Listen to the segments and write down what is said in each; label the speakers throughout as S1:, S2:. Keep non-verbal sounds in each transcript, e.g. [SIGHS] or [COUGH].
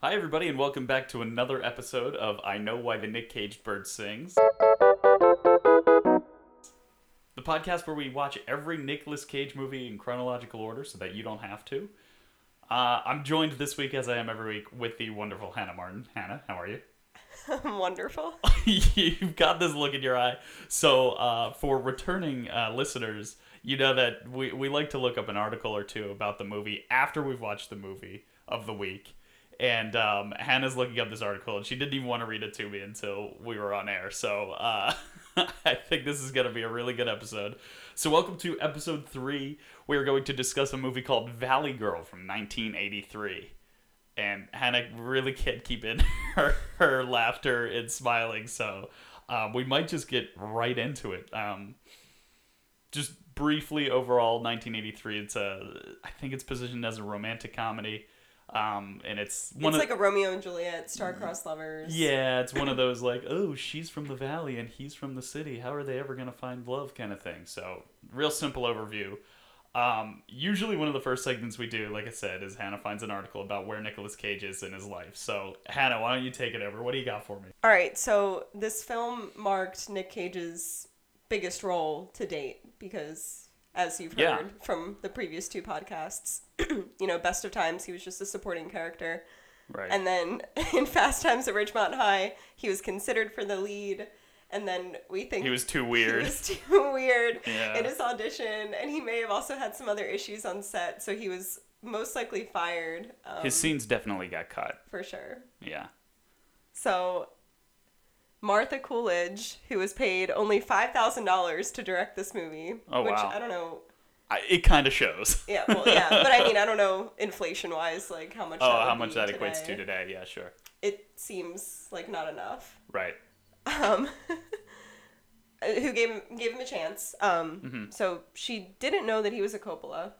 S1: Hi, everybody, and welcome back to another episode of I Know Why the Nick Cage Bird Sings. The podcast where we watch every Nicolas Cage movie in chronological order so that you don't have to. Uh, I'm joined this week, as I am every week, with the wonderful Hannah Martin. Hannah, how are you?
S2: [LAUGHS] Wonderful.
S1: [LAUGHS] You've got this look in your eye. So, uh, for returning uh, listeners, you know that we, we like to look up an article or two about the movie after we've watched the movie of the week. And um, Hannah's looking up this article, and she didn't even want to read it to me until we were on air. So, uh, [LAUGHS] I think this is going to be a really good episode. So, welcome to episode three. We are going to discuss a movie called Valley Girl from 1983 and Hannah really can't keep in [LAUGHS] her, her laughter and smiling. So um, we might just get right into it. Um, just briefly, overall, 1983. It's a, I think it's positioned as a romantic comedy, um, and it's one
S2: it's
S1: of
S2: like a Romeo and Juliet, star-crossed lovers.
S1: yeah, it's one of those like, oh, she's from the valley and he's from the city. How are they ever gonna find love? Kind of thing. So, real simple overview. Um, usually, one of the first segments we do, like I said, is Hannah finds an article about where Nicolas Cage is in his life. So, Hannah, why don't you take it over? What do you got for me?
S2: All right, so this film marked Nick Cage's biggest role to date because, as you've heard
S1: Yeah.
S2: from the previous two podcasts, [CLEARS THROAT] you know, Best of Times, he was just a supporting character.
S1: Right.
S2: And then [LAUGHS] in Fast Times at Ridgemont High, he was considered for the lead. And then we think
S1: he was too
S2: It
S1: weird.
S2: was [LAUGHS] too weird
S1: Yeah.
S2: in his audition, and he may have also had some other issues on set, so he was most likely fired um,
S1: His scenes definitely got cut.
S2: for sure.
S1: Yeah.
S2: So, Martha Coolidge, who was paid only five thousand dollars to direct this movie,
S1: Oh,
S2: which
S1: wow.
S2: I don't know.
S1: I, it kind of shows.
S2: Yeah, well, yeah, but I mean, I don't know inflation-wise, like how much.
S1: Oh,
S2: that would
S1: how much
S2: be
S1: that
S2: today.
S1: equates to today. Yeah, sure.
S2: It seems like not enough.
S1: Right.
S2: um, who gave him gave him a chance. Um,
S1: Mm-hmm.
S2: So she didn't know that he was a Coppola.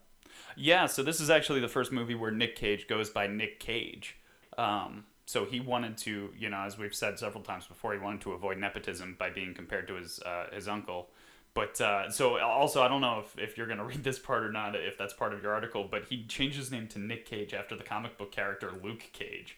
S1: Yeah, so this is actually the first movie where Nick Cage goes by Nick Cage. Um, so he wanted to, you know, as we've said several times before, he wanted to avoid nepotism by being compared to his uh, his uncle. But uh, so also, I don't know if, if you're going to [LAUGHS] read this part or not, if that's part of your article, but he changed his name to Nick Cage after the comic book character Luke Cage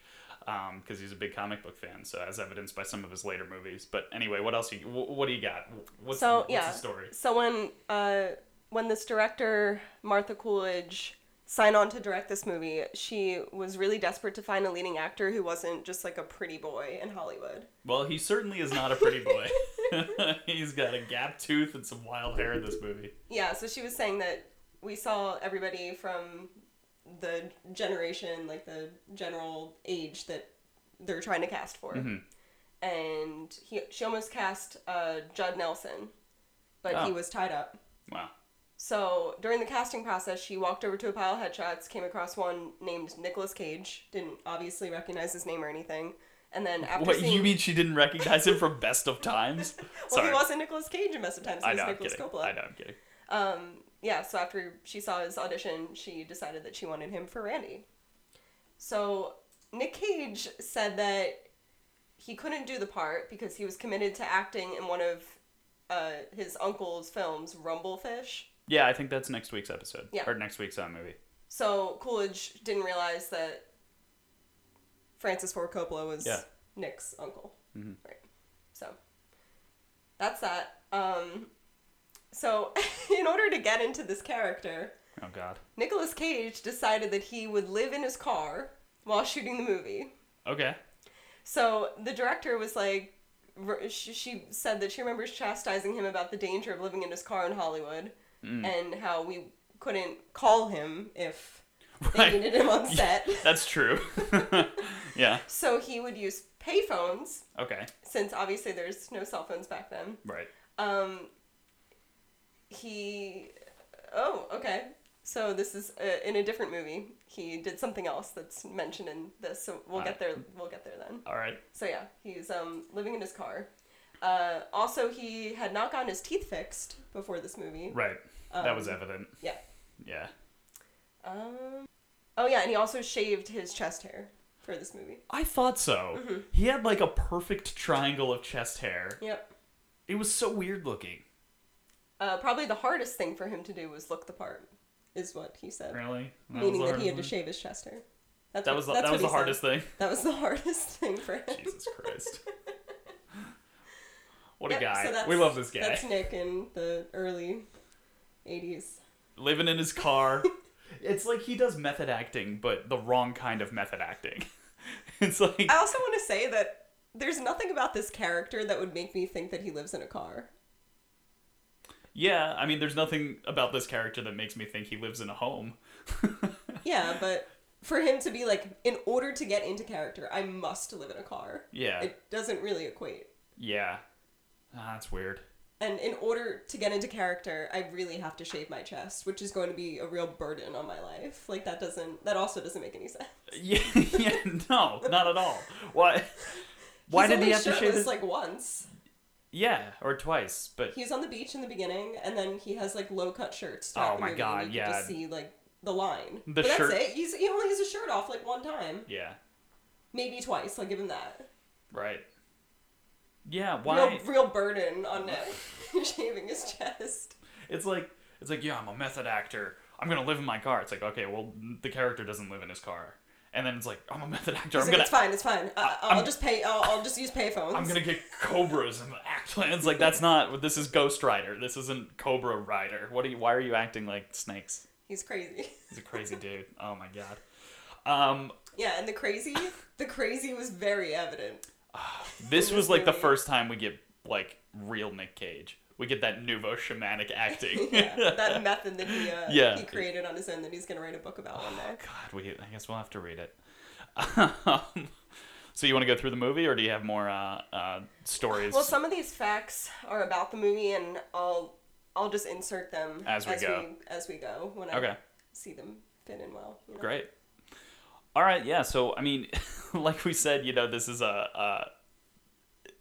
S1: because he's a big comic book fan, so as evidenced by some of his later movies. But anyway, what else? You, wh- what do you got? What's,
S2: so
S1: what's
S2: yeah.
S1: the story?
S2: So when uh, when this director Martha Coolidge signed on to direct this movie, she was really desperate to find a leading actor who wasn't just like a pretty boy in Hollywood.
S1: Well, he certainly is not a pretty boy. [LAUGHS] He's got a gap tooth and some wild hair in this movie.
S2: Yeah. So she was saying that we saw everybody from the generation, like the general age that they're trying to cast for.
S1: Mm-hmm.
S2: And he, she almost cast uh, Judd Nelson, but he
S1: Oh.
S2: was tied up.
S1: Wow.
S2: So during the casting process, she walked over to a pile of headshots, came across one named Nicolas Cage, didn't obviously recognize his name or anything, and then after
S1: What
S2: seeing,
S1: you mean she didn't recognize him from Best of Times?
S2: [LAUGHS] well,
S1: Sorry.
S2: he wasn't Nicolas Cage in Mess of Times, he
S1: I
S2: was
S1: know. I'm
S2: Nicolas
S1: kidding.
S2: Coppola.
S1: I know. I'm kidding.
S2: Yeah, so after she saw his audition, she decided that she wanted him for Randy. So Nick Cage said that he couldn't do the part because he was committed to acting in one of uh, his uncle's films, Rumblefish.
S1: Yeah, I think that's next week's episode.
S2: Yeah.
S1: Or next week's uh, movie.
S2: So Coolidge didn't realize that Francis Ford Coppola was
S1: Yeah.
S2: Nick's uncle. Right. So that's that. Um, so [LAUGHS] in order to get into this character,
S1: Oh God.
S2: Nicolas Cage decided that he would live in his car while shooting the movie.
S1: Okay. [LAUGHS]
S2: So the director was like, r- she she said that she remembers chastising him about the danger of living in his car in Hollywood and how we couldn't call him if they
S1: Right.
S2: needed
S1: [LAUGHS]
S2: him on set.
S1: That's true. [LAUGHS] yeah.
S2: So he would use payphones
S1: Okay.
S2: since obviously there's no cell phones back then.
S1: Right.
S2: Um, he, oh, okay. So this is uh, in a different movie. He did something else that's mentioned in this. So we'll get there. We'll get there then.
S1: All right.
S2: So yeah, he's um living in his car. Uh, also, he had not gotten his teeth fixed before this movie.
S1: Right. that
S2: Um,
S1: was evident.
S2: Yeah.
S1: Yeah.
S2: Um. Oh yeah, and he also shaved his chest hair for this movie.
S1: I thought so.
S2: Mm-hmm.
S1: He had like a perfect triangle of chest hair.
S2: Yep.
S1: It was so weird looking.
S2: Uh, probably the hardest thing for him to do was look the part, is what he said.
S1: Really? That was
S2: Meaning that
S1: hard
S2: he had
S1: one?
S2: to shave his chest hair. That's
S1: That
S2: what-
S1: was the,
S2: that's
S1: that
S2: what
S1: was
S2: he
S1: the
S2: said.
S1: hardest thing.
S2: [LAUGHS] That was the hardest thing for him.
S1: Jesus Christ. What
S2: Yep,
S1: a guy.
S2: so that's-
S1: we love this guy.
S2: That's Nick in the early 80s.
S1: Living in his
S2: [LAUGHS]
S1: car. it's like he does method acting, but the wrong kind of method acting. [LAUGHS] it's like
S2: I also want to say that there's nothing about this character that would make me think that he lives in a car.
S1: Yeah, I mean, there's nothing about this character that makes me think he lives in a home.
S2: Yeah, but for him to be like, in order to get into character, I must live in a car.
S1: yeah,
S2: It doesn't really equate.
S1: yeah. Ah, that's weird. [LAUGHS]
S2: And in order to get into character, I really have to shave my chest, which is going to be a real burden on my life. Like that doesn't that also doesn't make any sense.
S1: Yeah, [LAUGHS] yeah no, not at all.
S2: [LAUGHS]
S1: Why? Why
S2: He's
S1: did he
S2: only
S1: have to shave
S2: shirtless,
S1: his?
S2: like once?
S1: yeah, or twice, but
S2: He's on the beach in the beginning, and then he has like low cut shirts. throughout
S1: Oh
S2: the
S1: my
S2: movie,
S1: God,
S2: and you
S1: yeah.
S2: can just see like the line.
S1: The
S2: but
S1: shirt-
S2: That's it. He's, he only has his shirt off like one time,
S1: yeah,
S2: maybe twice. I'll give him that.
S1: right. Yeah, why?
S2: Real, real burden on Nick [LAUGHS] shaving his chest.
S1: It's like it's like yeah, I'm a method actor. I'm gonna live in my car. It's like okay, well, the character doesn't live in his car, and then it's like I'm a method actor.
S2: He's
S1: I'm
S2: like,
S1: gonna
S2: it's fine, it's fine. I,
S1: I'm-
S2: I'll just pay. I'll, I'll just use payphones.
S1: I'm gonna get cobras and act like it's like that's not this is Ghost Rider. This isn't Cobra Rider. What are you? Why are you acting like snakes?
S2: He's crazy.
S1: He's a crazy dude. Oh my god. Um,
S2: Yeah, and the crazy, the crazy was very
S1: [LAUGHS]
S2: evident.
S1: this
S2: In
S1: was
S2: this
S1: like the
S2: movie.
S1: first time we get like real Nick Cage. We get that nouveau shamanic acting.
S2: [LAUGHS] Yeah, that method that he uh,
S1: Yeah. Oh,
S2: he created on his own that he's gonna write a book about one day.
S1: God, we I guess we'll have to read it. [LAUGHS] Um, so you want to go through the movie, or do you have more uh, uh, stories?
S2: Well, some of these facts are about the movie, and I'll I'll just insert them
S1: As we go.
S2: as we go when I
S1: okay.
S2: see them fit in well. you know?
S1: Great. All right, yeah. So I mean, [LAUGHS] like we said, you know, this is a, a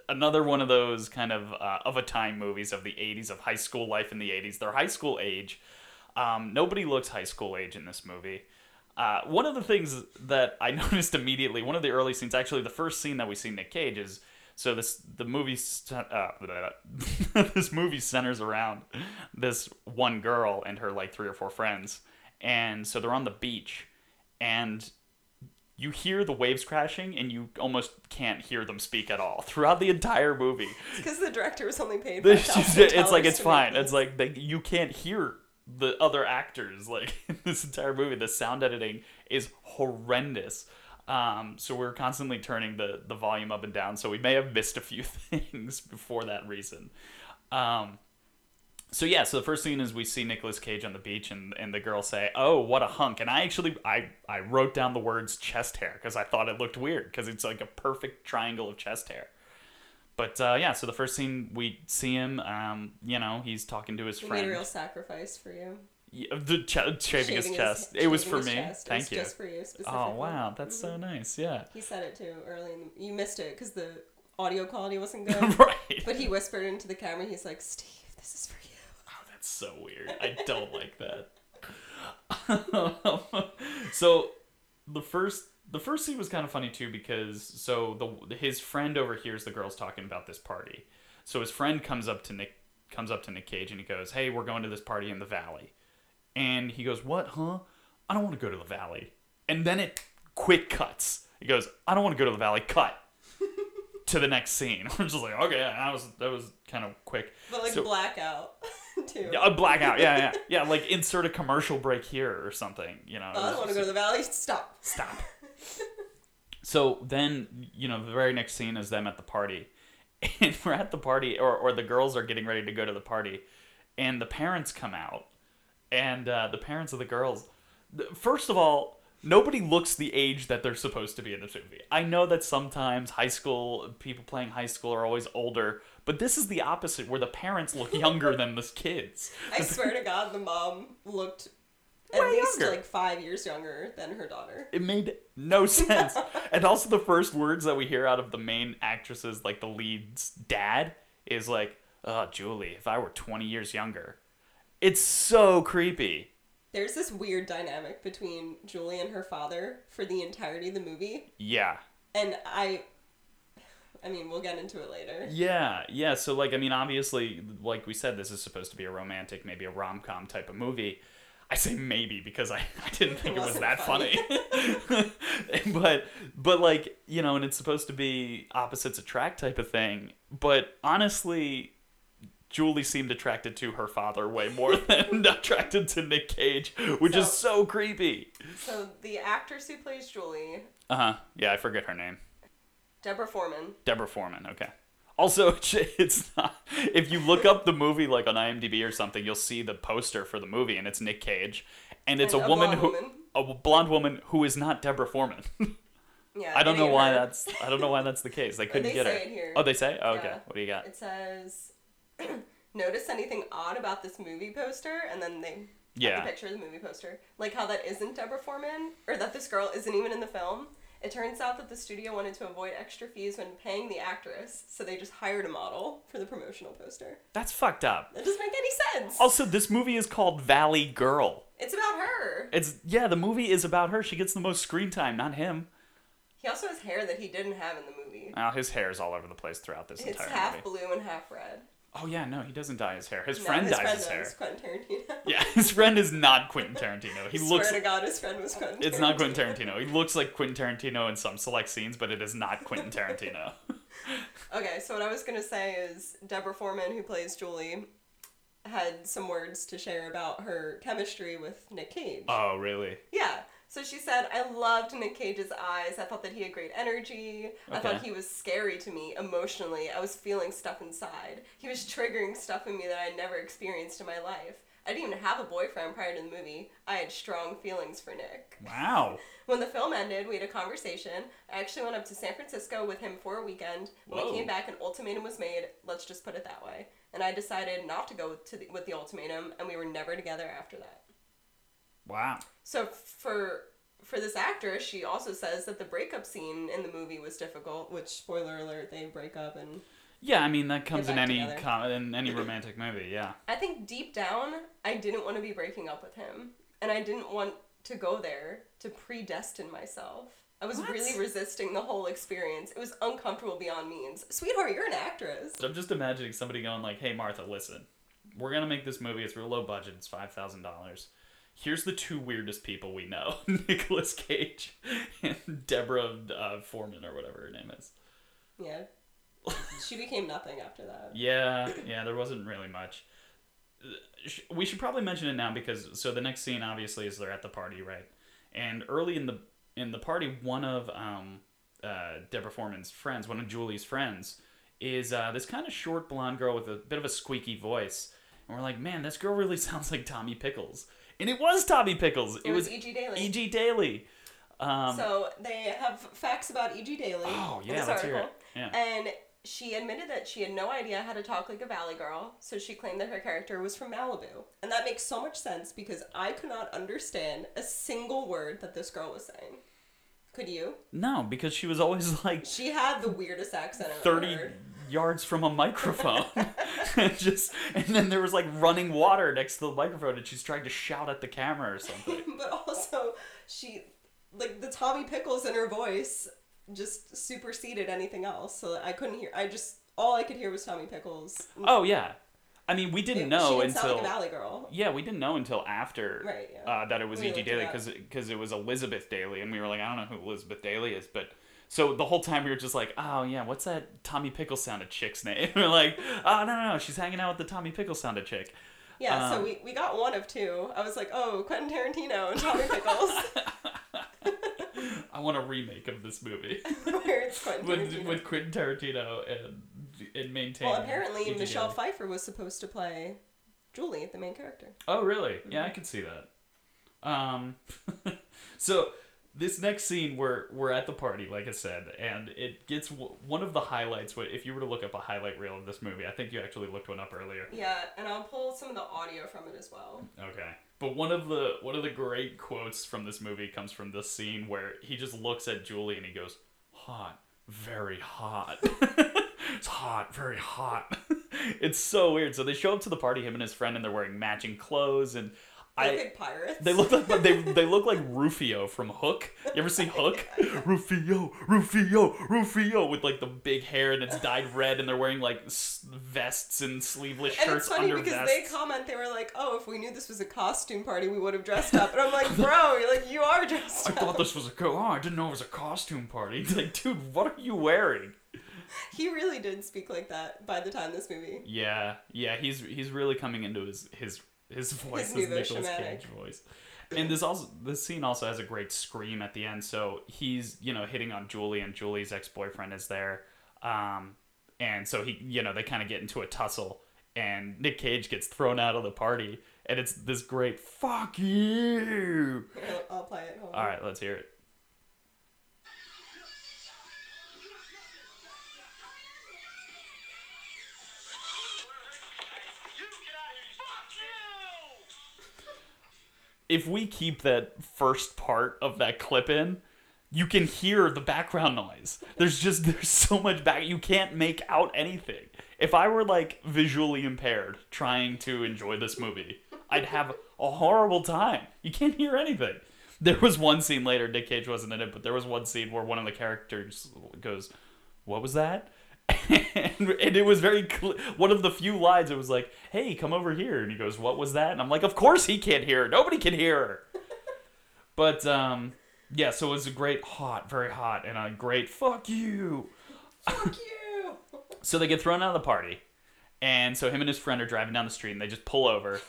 S1: another one of those kind of uh, of a time movies of the '80s of high school life in the '80s. They're high school age. Um, nobody looks high school age in this movie. Uh, one of the things that I [LAUGHS] noticed immediately, one of the early scenes, actually the first scene that we see Nick Cage is so this the movie st- uh, [LAUGHS] this movie centers around this one girl and her like three or four friends, and so they're on the beach, and you hear the waves crashing and you almost can't hear them speak at all [LAUGHS] throughout the entire movie.
S2: Because the director was
S1: [LAUGHS]
S2: only paid.
S1: It's, just-
S2: $5,000
S1: it's like it's
S2: to make
S1: fine.
S2: these.
S1: It's like they, you can't hear the other actors like [LAUGHS] in this entire movie. The sound editing is horrendous. Um, so we're constantly turning the the volume up and down. So we may have missed a few [LAUGHS] things for that reason. Um, so yeah, so the first scene is we see Nicolas Cage on the beach, and, and the girls say, "Oh, what a hunk!" And I actually I I wrote down the words chest hair because I thought it looked weird because it's like a perfect triangle of chest hair. But uh, yeah, so the first scene we see him, um, you know, he's talking to his
S2: We
S1: friend,
S2: made a real sacrifice for you.
S1: Yeah, the ch- shaving, his chest. it
S2: shaving
S1: was for
S2: his
S1: me.
S2: chest. It
S1: Thank
S2: was
S1: you.
S2: Just for Mm-hmm. you specifically.
S1: oh wow, that's so nice. Yeah, [LAUGHS]
S2: He said it too early. In the, you missed it because the audio
S1: [LAUGHS]
S2: quality wasn't good.
S1: right.
S2: but he whispered into the camera. He's like, "Steve, this is for you."
S1: Oh, that's so weird. I don't like that. [LAUGHS] so the first the first scene was kind of funny too because so the his friend overhears the girls talking about this party. So his friend comes up to Nick comes up to Nick Cage and he goes, "Hey, we're going to this party in the valley." And he goes, "What, huh? I don't want to go to the valley." And then it quick cuts. He goes, "I don't want to go to the valley." Cut
S2: [LAUGHS]
S1: to the next scene. [LAUGHS] I'm just like, "Okay, that was that was kind of quick."
S2: But like
S1: So-
S2: blackout [LAUGHS] too.
S1: yeah, a blackout. Yeah, yeah, yeah. Like insert a commercial break here or something. You know.
S2: Oh, I don't want to go to the valley. Stop.
S1: Stop. so then, you know, the very next scene is them at the party, [LAUGHS] and we're at the party, or or the girls are getting ready to go to the party, and the parents come out, and uh, the parents of the girls. th- First of all. Nobody looks the age that they're supposed to be in this movie. I know that sometimes high school people playing high school are always older, but this is the opposite, where the parents look younger than the kids.
S2: I swear to God, the mom looked at
S1: Way
S2: least
S1: younger.
S2: like five years younger than her daughter.
S1: it made no [LAUGHS] sense. and also the first words that we hear out of the main actresses, like the lead's dad, is like, "Oh, Julie, if I were 20 years younger." It's so creepy.
S2: There's this weird dynamic between Julie and her father for the entirety of the movie,
S1: Yeah.
S2: and I. I mean, we'll get into it later.
S1: Yeah, yeah. So, like, I mean, obviously, like we said, this is supposed to be a romantic, maybe a rom com type of movie. I say maybe because I, I didn't think it, was
S2: wasn't
S1: that
S2: funny.
S1: funny. [LAUGHS] but but like, you know, and it's supposed to be opposites attract type of thing. But honestly, Julie seemed attracted to her father way more [LAUGHS] than attracted to Nick Cage, which is so creepy.
S2: So the actress who plays Julie,
S1: Uh huh. Yeah, I forget her name.
S2: Deborah Foreman.
S1: Deborah Foreman. Okay. Also, [LAUGHS] it's not. If you look up the movie like on IMDb or something, you'll see the poster for the movie, and it's Nick Cage, and it's
S2: And
S1: a,
S2: a
S1: woman
S2: blonde
S1: who,
S2: woman.
S1: a blonde woman who is not Deborah Foreman. [LAUGHS]
S2: Yeah.
S1: I don't
S2: it
S1: know
S2: ain't
S1: why
S2: her.
S1: that's. I don't know why that's the case. They couldn't
S2: they
S1: get her.
S2: say it here.
S1: Oh, they say. Oh, okay.
S2: Yeah.
S1: What do you got?
S2: It says, [CLEARS THROAT] notice anything odd about this movie poster, and then they yeah.
S1: Yeah.
S2: the picture of the movie poster, like how that isn't Deborah Foreman, or that this girl isn't even in the film. It turns out that the studio wanted to avoid extra fees when paying the actress, so they just hired a model for the promotional poster.
S1: That's fucked up.
S2: That doesn't make any sense.
S1: Also, this movie is called Valley Girl.
S2: It's about her.
S1: It's yeah. The movie is about her. She gets the most screen time, not him.
S2: He also has hair that he didn't have in the movie.
S1: Now his hair is all over the place throughout this
S2: It's
S1: entire
S2: half
S1: movie.
S2: blue and half red.
S1: Oh yeah, no, he doesn't dye his hair. His
S2: No,
S1: friend
S2: his
S1: dyes
S2: friend
S1: his
S2: though
S1: hair.
S2: was Quentin Tarantino.
S1: [LAUGHS] Yeah, his friend is not Quentin Tarantino. He
S2: [LAUGHS] Swear
S1: looks.
S2: to God, his friend was Quentin.
S1: It's not Quentin Tarantino. He looks like Quentin Tarantino in some select scenes, but it is not Quentin
S2: [LAUGHS]
S1: Tarantino.
S2: Okay, so what I was gonna say is Deborah Foreman, who plays Julie, had some words to share about her chemistry with Nick Cage.
S1: oh, really?
S2: Yeah. So she said, I loved Nick Cage's eyes. I thought that he had great energy. I thought
S1: Okay.
S2: he was scary to me emotionally. I was feeling stuff inside. He was triggering stuff in me that I never experienced in my life. I didn't even have a boyfriend prior to the movie. I had strong feelings for Nick.
S1: Wow.
S2: When the film ended, we had a conversation. I actually went up to San Francisco with him for a weekend. When
S1: Whoa.
S2: we came back, an ultimatum was made. Let's just put it that way. And I decided not to go to the, with the ultimatum, and we were never together after that.
S1: Wow.
S2: So for for this actress, she also says that the breakup scene in the movie was difficult. Which spoiler alert, they break up, and
S1: Yeah, I mean that comes in
S2: back
S1: any
S2: together.
S1: com- in any romantic movie. Yeah.
S2: I think deep down, I didn't want to be breaking up with him, and I didn't want to go there to predestine myself. I was
S1: What?
S2: really resisting the whole experience. It was uncomfortable beyond means. Sweetheart, you're an actress.
S1: I'm just imagining somebody going like, "Hey, Martha, listen, we're gonna make this movie. It's real low budget. It's five thousand dollars. Here's the two weirdest people we know: [LAUGHS] Nicolas Cage and Deborah uh, Foreman, or whatever her name is." [LAUGHS]
S2: Yeah. she became nothing after that.
S1: Yeah, yeah, there wasn't really much. Sh- We should probably mention it now because so the next scene obviously is they're at the party, right? And early in the in the party, one of um, uh, Deborah Foreman's friends, one of Julie's friends, is uh, this kind of short blonde girl with a bit of a squeaky voice, and we're like, man, this girl really [LAUGHS] sounds like Tommy Pickles, and it was Tommy Pickles. It,
S2: It was
S1: was E
S2: E.G. E Daily.
S1: E.G. Daly. Um,
S2: So they have facts about E E.G. Daly.
S1: Oh,
S2: in
S1: yeah,
S2: this
S1: let's hear
S2: article.
S1: it. Yeah.
S2: And she admitted that she had no idea how to talk like a valley girl, so she claimed that her character was from Malibu. And that makes so much sense because I could not understand a single word that this girl was saying. Could you?
S1: no, because she was always [LAUGHS] like
S2: She had the weirdest accent I've ever
S1: 30
S2: heard. [LAUGHS]
S1: yards from a microphone [LAUGHS] and just and then there was like running water next to the microphone and she's trying to shout at the camera or something
S2: But also, she, like, the Tommy Pickles in her voice just superseded anything else. So I couldn't hear, I just, all I could hear was Tommy Pickles.
S1: oh yeah i mean we didn't
S2: she
S1: know
S2: didn't sound
S1: until
S2: like a valley girl.
S1: yeah we didn't know until after
S2: Right, yeah.
S1: uh, that it was
S2: We
S1: eg
S2: looked it
S1: daly
S2: up.
S1: because because it was elizabeth daly and we were like i don't know who elizabeth daly is but so the whole time we were just like oh yeah what's that tommy pickle sounded chick's name [LAUGHS] we're like oh no no no she's hanging out with the tommy pickle sounded chick
S2: Yeah,
S1: Um,
S2: so we, we got one of two. I was like, oh, Quentin Tarantino
S1: [LAUGHS]
S2: and Tommy Pickles. [LAUGHS]
S1: i want a remake of this movie [LAUGHS]
S2: Where it's Quentin
S1: with
S2: Tarantino.
S1: with Quentin Tarantino and and maintain.
S2: well, apparently
S1: EG
S2: Michelle
S1: Daily.
S2: Pfeiffer was supposed to play Julie, the main character.
S1: Oh, really?
S2: Mm-hmm.
S1: Yeah, I could see that. Um, [LAUGHS] so this next scene, we're we're at the party, like I said, and it gets w- one of the highlights. What if you were to look up a highlight reel of this movie? I think you actually looked one up earlier.
S2: Yeah, and I'll pull some of the audio from it as well.
S1: Okay. But one of the one of the great quotes from this movie comes from this scene where he just looks at Julie and he goes, "Hot, very hot. [LAUGHS] it's hot, [LAUGHS] very hot." it's so weird. So they show up to the party, him and his friend, and they're wearing matching clothes. And
S2: They're
S1: I-
S2: big pirates.
S1: They look like they they look like Rufio from Hook. You ever see
S2: [LAUGHS]
S1: Hook? Rufio, Rufio, Rufio, with like the big hair and it's dyed red, and they're wearing like s- vests and sleeveless
S2: and
S1: shirts
S2: it's funny
S1: under
S2: because
S1: vests.
S2: they comment they were like, "Oh, if we knew this was a costume party, we would have dressed up." And I'm
S1: [LAUGHS]
S2: like, "Bro, you're like you are dressed
S1: I
S2: up."
S1: thought this was a co. Oh, I didn't know it was a costume party. [LAUGHS] Like, dude, what are you wearing?
S2: He really did speak like that by the time this movie.
S1: Yeah, yeah, he's he's really coming into his his his voice, his,
S2: His
S1: Nicholas
S2: neurochromatic.
S1: Cage voice. And this also this scene also has a great scream at the end. So he's you know hitting on Julie, and Julie's ex boyfriend is there, um, and so he you know they kind of get into a tussle, and Nick Cage gets thrown out of the party, and it's this great "fuck you."
S2: Here, I'll- I'll play it. Hold on.
S1: All right, let's hear it. If we keep that first part of that clip in, you can hear the background noise. There's just [LAUGHS] there's so much back you can't make out anything. If I were like visually impaired trying to enjoy this movie, I'd have a horrible time. You can't hear anything. There was one scene later, Nick Cage wasn't in it, but there was one scene where one of the characters goes, "What was that?" [LAUGHS] and, and it was very cl- one of the few lines. It was like, "Hey, come over here," and he goes, "What was that?" And I'm like, "Of course he can't hear. Nobody can hear." her." But um, yeah, so it was a great hot, very hot, and a great fuck you.
S2: Fuck you.
S1: So they get thrown out of the party, and so him and his friend are driving down the street, and they just pull over,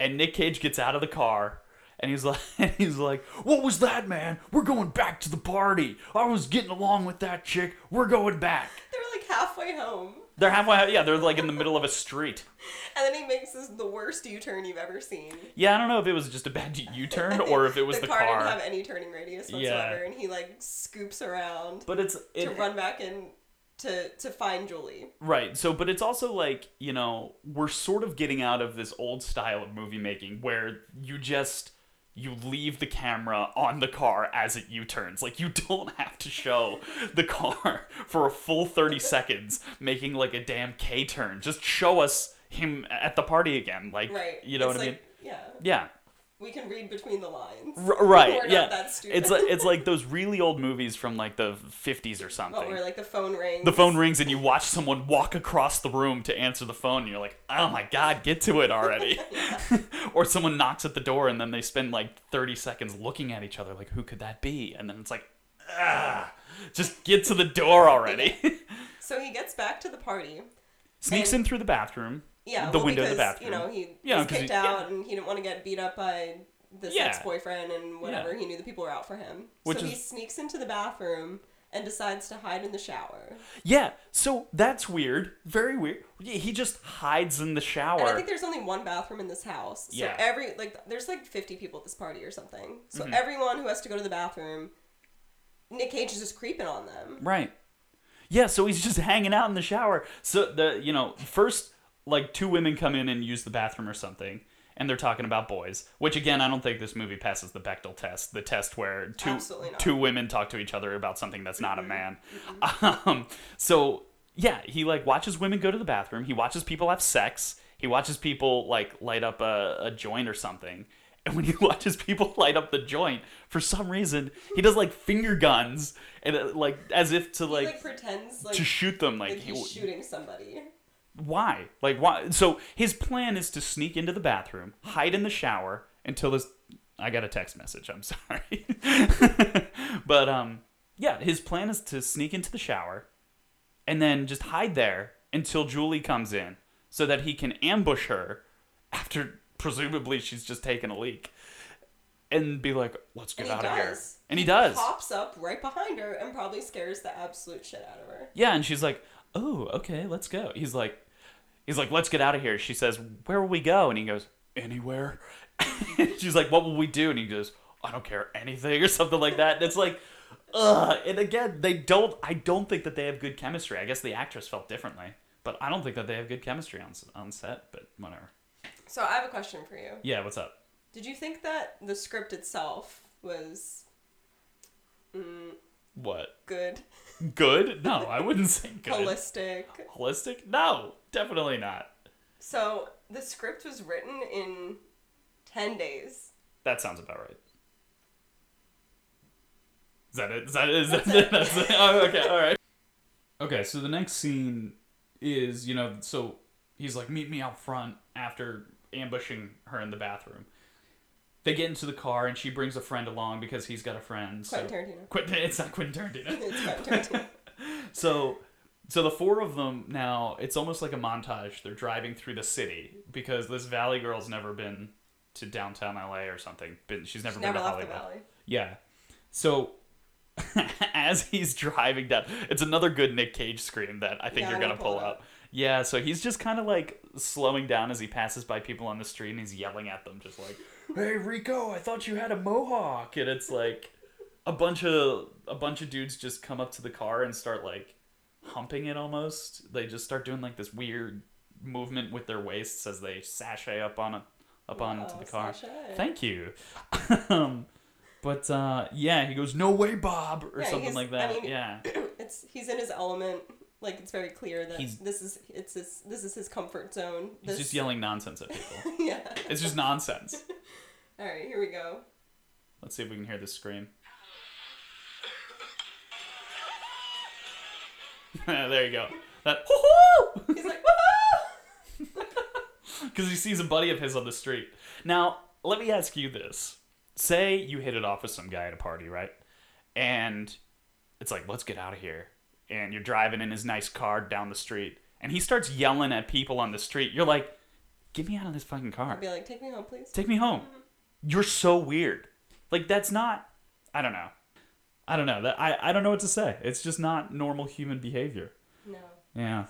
S1: and Nick Cage gets out of the car. And he's like, [LAUGHS] and he's like, what was that, man? We're going back to the party. I was getting along with that chick. We're going back.
S2: They were like halfway home,
S1: They're halfway. Yeah, they're like in the middle of a street.
S2: and then he makes this the worst U-turn you've ever seen.
S1: Yeah, I don't know if it was just a bad [LAUGHS] U-turn or if it was the, car.
S2: didn't have any turning radius
S1: Yeah.
S2: whatsoever, and he like scoops around
S1: but it's
S2: to
S1: it,
S2: run back in to to find Julie.
S1: right. So, but it's also like you know we're sort of getting out of this old style of movie making where you just you leave the camera on the car as it U-turns. Like you [LAUGHS] don't have to show the car [LAUGHS] for a full
S2: [LAUGHS]
S1: thirty seconds making like a damn K-turn. Just show us him at the party again. Like
S2: Right.
S1: you know
S2: It's
S1: what I mean?
S2: like, Yeah.
S1: Yeah.
S2: We can read between the lines.
S1: R- right.
S2: We're not
S1: yeah.
S2: that stupid.
S1: It's like it's
S2: [LAUGHS]
S1: like those really old movies from like the 50s or something.
S2: But where like the phone rings.
S1: the phone rings and you watch someone walk across the room to answer the phone and you're like, "Oh my god, get to it
S2: [LAUGHS]
S1: already." [LAUGHS] or someone knocks at the door and then they spend like 30 seconds looking at each other like, "Who could that be?" And then it's like, "Ah, just get to the door already."
S2: So he gets back to the party.
S1: [LAUGHS] Sneaks in through the bathroom.
S2: Yeah.
S1: The
S2: well,
S1: window of the
S2: because,
S1: bathroom.
S2: You know he
S1: Yeah,
S2: was
S1: 'cause he-
S2: kicked out, and he didn't want to get beat up by this
S1: Yeah.
S2: ex-boyfriend and whatever. He knew the people were out for him,
S1: Which
S2: so he
S1: is-
S2: sneaks into the bathroom and decides to hide in the shower.
S1: yeah, so that's weird. Very weird. Yeah, He just hides in the shower.
S2: And I think there's only one bathroom in this house. So
S1: Yeah. Mm-hmm.
S2: every like there's like 50 people at this party or something. So everyone who has to go to the bathroom, Nick Cage is just creeping on them.
S1: Right. Yeah, so he's just [LAUGHS] hanging out in the shower. So the you know, first like two women come in and use the bathroom or something and they're talking about boys, which again, I don't think this movie passes the Bechtel test, the test where two
S2: Absolutely not.
S1: two women talk to each other about something that's not a man. [LAUGHS] Um, so yeah, he like watches women go to the bathroom, he watches people have sex, he watches people like light up a, a joint or something. And when he [LAUGHS] watches people light up the joint, for some reason, he does like finger guns and uh, like as if to
S2: He
S1: like,
S2: like pretends like,
S1: to shoot them. Like,
S2: like
S1: he-
S2: he's shooting somebody.
S1: why? Like why? So his plan is to sneak into the bathroom, hide in the shower until this. I got a text message. I'm [LAUGHS] sorry, but um, yeah, his plan is to sneak into the shower, and then just hide there until Julie comes in, so that he can ambush her after presumably she's just taken a leak, and be like, "Let's get
S2: And he
S1: out of here."
S2: does.
S1: And he does.
S2: Pops up right behind her and probably scares the absolute shit out of her.
S1: Yeah, and she's like, "Oh, okay, let's go." He's like, he's like, "Let's get out of here." She says, "Where will we go?" And he goes, "Anywhere." [LAUGHS] she's like, "What will we do?" And he goes, "I don't care anything" or something like that. And it's like, ugh. And again, they don't. I don't think that they have good chemistry. I guess the actress felt differently, but I don't think that they have good chemistry on s- on set. But whatever.
S2: So I have a question for you.
S1: Yeah, what's up?
S2: Did you think that the script itself was
S1: What?
S2: good,
S1: Good? No, I wouldn't say good.
S2: holistic?
S1: Holistic? No, definitely not.
S2: So the script was written in 10 days.
S1: That sounds about right. Is that it? Is that it? Is that it? That's it? Oh, okay, all right. Okay, so the next scene is, you know, so he's like, meet me out front after ambushing her in the bathroom. They get into the car, and she brings a friend along because he's got a friend. So.
S2: Quentin Tarantino.
S1: Quentin, it's not Quentin Tarantino.
S2: [LAUGHS] It's
S1: [LAUGHS]
S2: Quentin Tarantino.
S1: So, so the four of them now, it's almost like a montage. They're driving through the city because this Valley girl's never been to downtown LA or something. Been she's never
S2: She
S1: been
S2: never
S1: to
S2: left the
S1: Hollywood.
S2: valley.
S1: Yeah. So [LAUGHS] as he's driving down, it's another good Nick Cage scream that I think
S2: Yeah,
S1: you're
S2: I'm
S1: gonna
S2: gonna pull
S1: pull
S2: it
S1: up. Yeah, so he's just kind of like slowing down as he passes by people on the street and he's yelling at them, just like, "Hey Rico, I thought you had a mohawk," and it's like a bunch of a bunch of dudes just come up to the car and start like humping it almost. They just start doing like this weird movement with their waists as they sashay up on a, up onto
S2: Oh,
S1: the car.
S2: sashay.
S1: Thank you. [LAUGHS] um, but uh, yeah, he goes, "No way, Bob," or
S2: Yeah,
S1: something
S2: he's-
S1: like that.
S2: I mean- [LAUGHS]
S1: yeah,
S2: [CLEARS THROAT] it's he's in his element. Like it's very clear that
S1: He's-
S2: this is it's his this is his comfort zone.
S1: he's
S2: This,
S1: just yelling nonsense at people.
S2: [LAUGHS] yeah.
S1: it's just nonsense.
S2: All right, here we go.
S1: Let's see if we can hear this scream. [LAUGHS] there you go. That [LAUGHS]
S2: He's like, woohoo!
S1: because he sees a buddy of his on the street. Now, let me ask you this: Say you hit it off with some guy at a party, right? And it's like, let's get out of here. And you're driving in his nice car down the street, and he starts yelling at people on the street. You're like, get me out of this fucking car.
S2: I'd be like, take me home, please.
S1: Take me home. You're so weird. Like that's not. I don't know. I don't know. That I I don't know what to say. It's just not normal human behavior.
S2: No,
S1: Yeah.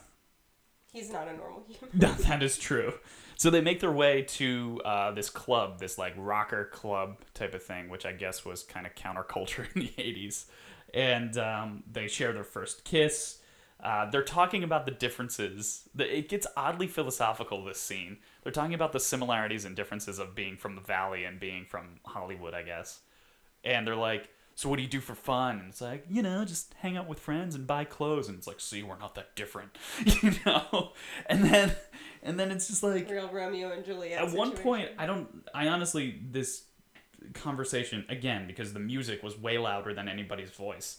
S2: he's not a normal human.
S1: [LAUGHS]
S2: [LAUGHS]
S1: No, that is true. So they make their way to uh, this club, this like rocker club type of thing, which I guess was kind of counterculture [LAUGHS] in the 80s. And um, they share their first kiss. Uh, they're talking about the differences. The- It gets oddly philosophical, this scene. They're talking about the similarities and differences of being from the Valley and being from Hollywood, I guess and they're like, "So what do you do for fun?" And it's like, you know, just hang out with friends and buy clothes. And it's like, see, we're not that different, [LAUGHS] you know. And then, and then it's just like,
S2: Real Romeo and Juliet.
S1: at one
S2: situation.
S1: point, I don't, I honestly, this conversation again because the music was way louder than anybody's voice.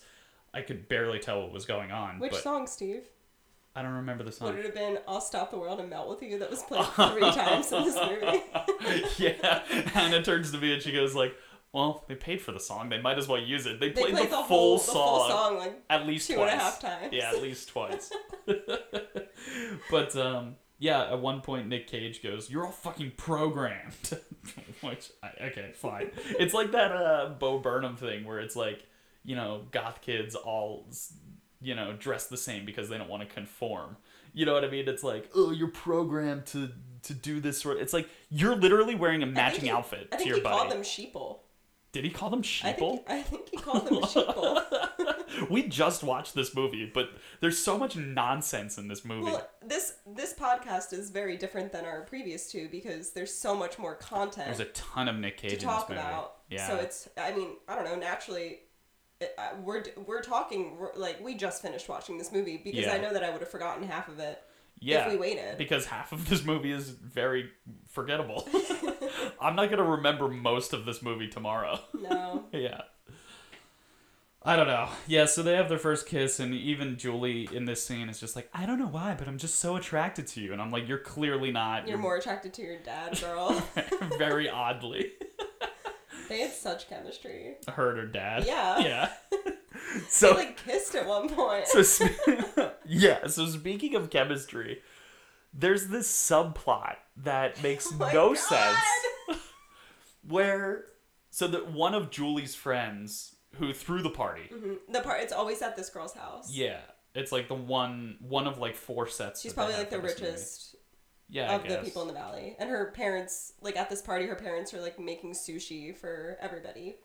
S1: I could barely tell what was going on,
S2: which
S1: but
S2: song, Steve?
S1: I don't remember the
S2: Would
S1: song. [LAUGHS]
S2: it have been "I'll Stop the World and Melt with You"? That was played three times in this movie.
S1: yeah, Hannah turns to me and she goes like, "Well, they paid for the song. They might as well use it. They
S2: [LAUGHS] They
S1: played,
S2: played
S1: the, full
S2: whole the full song like
S1: at least
S2: two and
S1: twice.
S2: a half times.
S1: Yeah, at least twice.
S2: [LAUGHS]
S1: [LAUGHS] but um, yeah, at one point Nick Cage goes, "You're all fucking programmed," [LAUGHS] which I, okay, fine. it's like that uh, Bo Burnham thing where it's like, you know, goth kids all, s- you know, dress the same because they don't want to conform. You know what I mean? It's like, oh, you're programmed to to do this sort. It's like you're literally wearing a
S2: I
S1: matching
S2: think he-
S1: outfit
S2: I
S1: to
S2: think
S1: your
S2: he
S1: buddy.
S2: called them sheeple.
S1: Did he call them
S2: I
S1: sheeple?
S2: think I think he called
S1: [LAUGHS]
S2: them sheeple.
S1: we just watched this movie, but there's so much nonsense in this movie.
S2: Well, this this podcast is very different than our previous two because there's so much more content
S1: there's a ton of Nick Cage
S2: to
S1: in
S2: talk
S1: this movie.
S2: about.
S1: Yeah.
S2: So it's I mean I don't know naturally. It, I, we're d- we're talking we're, like we just finished watching this movie because I
S1: Yeah.
S2: know that I would have forgotten half of it
S1: yeah.
S2: if we waited.
S1: because half of this movie is very
S2: [LAUGHS]
S1: forgettable. [LAUGHS] I'm not gonna remember most of this movie tomorrow. [LAUGHS]
S2: no,
S1: yeah. I don't know. Yeah, so they have their first kiss, and even Julie in this scene is just like, I don't know why, but I'm just so attracted to you. And I'm like, you're clearly not.
S2: you're more attracted to your dad,
S1: [LAUGHS]
S2: girl.
S1: very
S2: [LAUGHS]
S1: oddly
S2: they had such chemistry.
S1: hurt or dad.
S2: Yeah.
S1: [LAUGHS] Yeah.
S2: [LAUGHS]
S1: so
S2: They like kissed at one point.
S1: So sp- [LAUGHS] yeah, so speaking of chemistry, there's this subplot that makes
S2: [LAUGHS] Oh my
S1: no
S2: God!
S1: sense where so that one of Julie's friends who threw the party.
S2: The part it's always at this girl's house.
S1: Yeah. It's like the one one of like four sets.
S2: She's
S1: that they
S2: probably
S1: have
S2: like the
S1: for this movie.
S2: richest
S1: Yeah,
S2: of
S1: I
S2: the
S1: guess.
S2: people in the valley. And her parents, like at this party, her parents are like making sushi for everybody.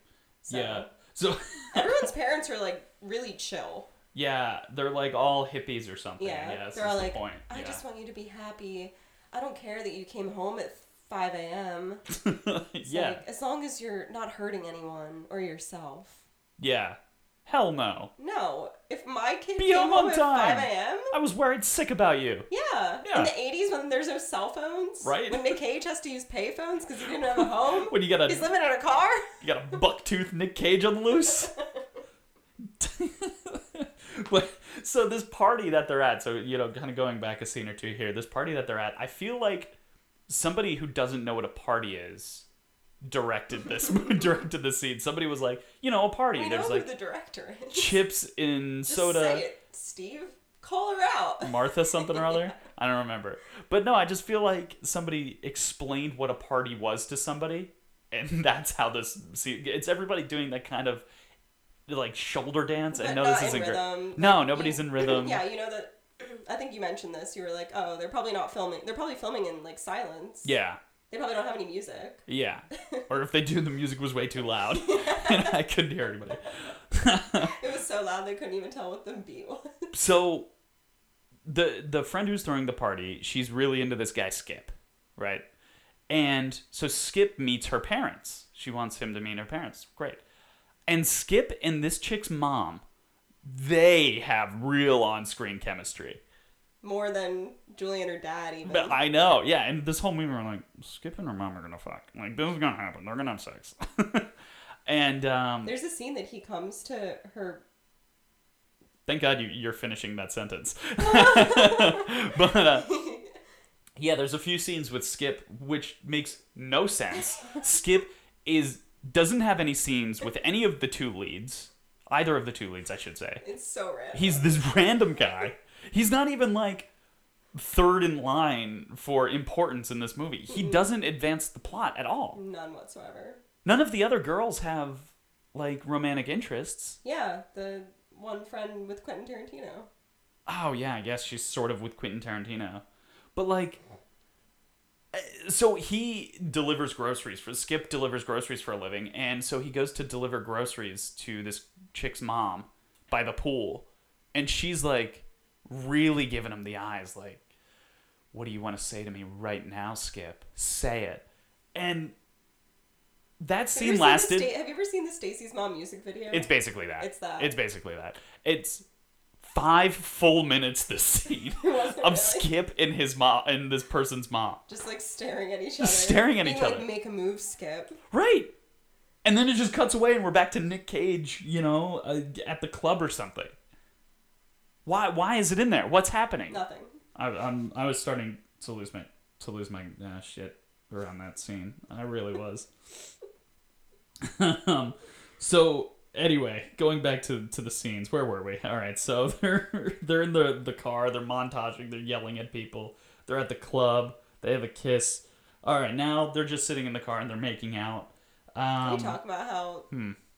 S2: So
S1: Yeah. So [LAUGHS]
S2: everyone's parents are like really chill.
S1: yeah, they're like all hippies or something.
S2: Yeah.
S1: Yeah, that's
S2: They're all
S1: the
S2: like,
S1: point.
S2: I
S1: yeah.
S2: just want you to be happy. I don't care that you came home at 5 a.m. It's
S1: [LAUGHS] yeah,
S2: Like, as long as you're not hurting anyone or yourself.
S1: yeah. Hell no.
S2: No. if my kid
S1: Be
S2: came
S1: home
S2: home
S1: on
S2: at
S1: time.
S2: 5 a.m.,
S1: I was worried sick about you.
S2: yeah.
S1: Yeah.
S2: In the 80s when there's no cell phones,
S1: Right.
S2: when Nick Cage has to use payphones because he didn't have a home,
S1: [LAUGHS] What do you got a
S2: he's living in a car.
S1: you got a buck tooth Nick Cage on the loose? [LAUGHS] but so this party that they're at, so you know, kind of going back a scene or two here, this party that they're at, I feel like somebody who doesn't know what a party is directed this [LAUGHS] directed this scene. Somebody was like, you know, a party.
S2: We know
S1: There's
S2: who
S1: like
S2: the director is.
S1: chips in
S2: Just
S1: soda.
S2: say it, Steve. Call her out.
S1: Martha something or other. I don't remember. But no, I just feel like somebody explained what a party was to somebody, and [LAUGHS] that's how this. See, it's everybody doing that kind of like shoulder dance.
S2: But
S1: and no,
S2: not
S1: this
S2: in
S1: isn't
S2: rhythm.
S1: great. No, nobody's
S2: [LAUGHS]
S1: in rhythm.
S2: yeah, you know that. [CLEARS THROAT] I think you mentioned this. You were like, "Oh, they're probably not filming. They're probably filming in like silence.
S1: yeah,
S2: They probably don't have any music."
S1: yeah. Or if they do, the music was way too
S2: [LAUGHS]
S1: loud, and [LAUGHS] I couldn't hear anybody.
S2: It was so loud they couldn't even tell what the beat was. [LAUGHS]
S1: so the the friend who's throwing the party, she's really into this guy Skip, right? And so Skip meets her parents. She wants him to meet her parents. Great. And Skip and this chick's mom, they have real on-screen chemistry.
S2: More than Julie and her dad even.
S1: But I know, yeah. And this whole movie, we're like, Skip and her mom are gonna fuck. Like this is gonna happen. They're gonna have sex. [LAUGHS] and um,
S2: There's a scene that he comes to her.
S1: thank God you, you're finishing that sentence. [LAUGHS] but uh, yeah, there's a few scenes with Skip which makes no sense. Skip is doesn't have any scenes with any of the two leads, either of the two leads, I should say.
S2: it's so random.
S1: He's this [LAUGHS] random guy. He's not even like third in line for importance in this movie. He doesn't advance the plot at all.
S2: None whatsoever.
S1: None of the other girls have like romantic interests.
S2: Yeah, the one friend with Quentin Tarantino.
S1: Oh yeah, I guess she's sort of with Quentin Tarantino, but like, uh, so he delivers groceries for Skip delivers groceries for a living, and so he goes to deliver groceries to this chick's mom by the pool, and she's like, really giving him the eyes, like, what do you want to say to me right now, Skip? Say it, and that
S2: Have
S1: scene
S2: you ever seen the
S1: lasted.
S2: Sta- have you ever seen the Stacey's Mom music video?
S1: It's basically that.
S2: It's that.
S1: It's basically that. It's five full minutes this scene
S2: [LAUGHS] was
S1: of
S2: really.
S1: Skip and his mom and this person's mom.
S2: just like staring at each other.
S1: staring at
S2: Being
S1: each
S2: like,
S1: other.
S2: Make a move, Skip.
S1: Right. And then it just cuts away and we're back to Nick Cage, you know, uh, at the club or something. Why why is it in there? What's happening?
S2: Nothing.
S1: I I'm, I was starting to lose my to lose my uh, shit around that scene. I really was. [LAUGHS] um, so anyway, going back to to the scenes, where were we? All right, so [LAUGHS] they're they're in the the car, they're montaging, they're yelling at people. They're at the club. They have a kiss. All right, now they're just sitting in the car and they're making out.
S2: We
S1: Um,
S2: talk about how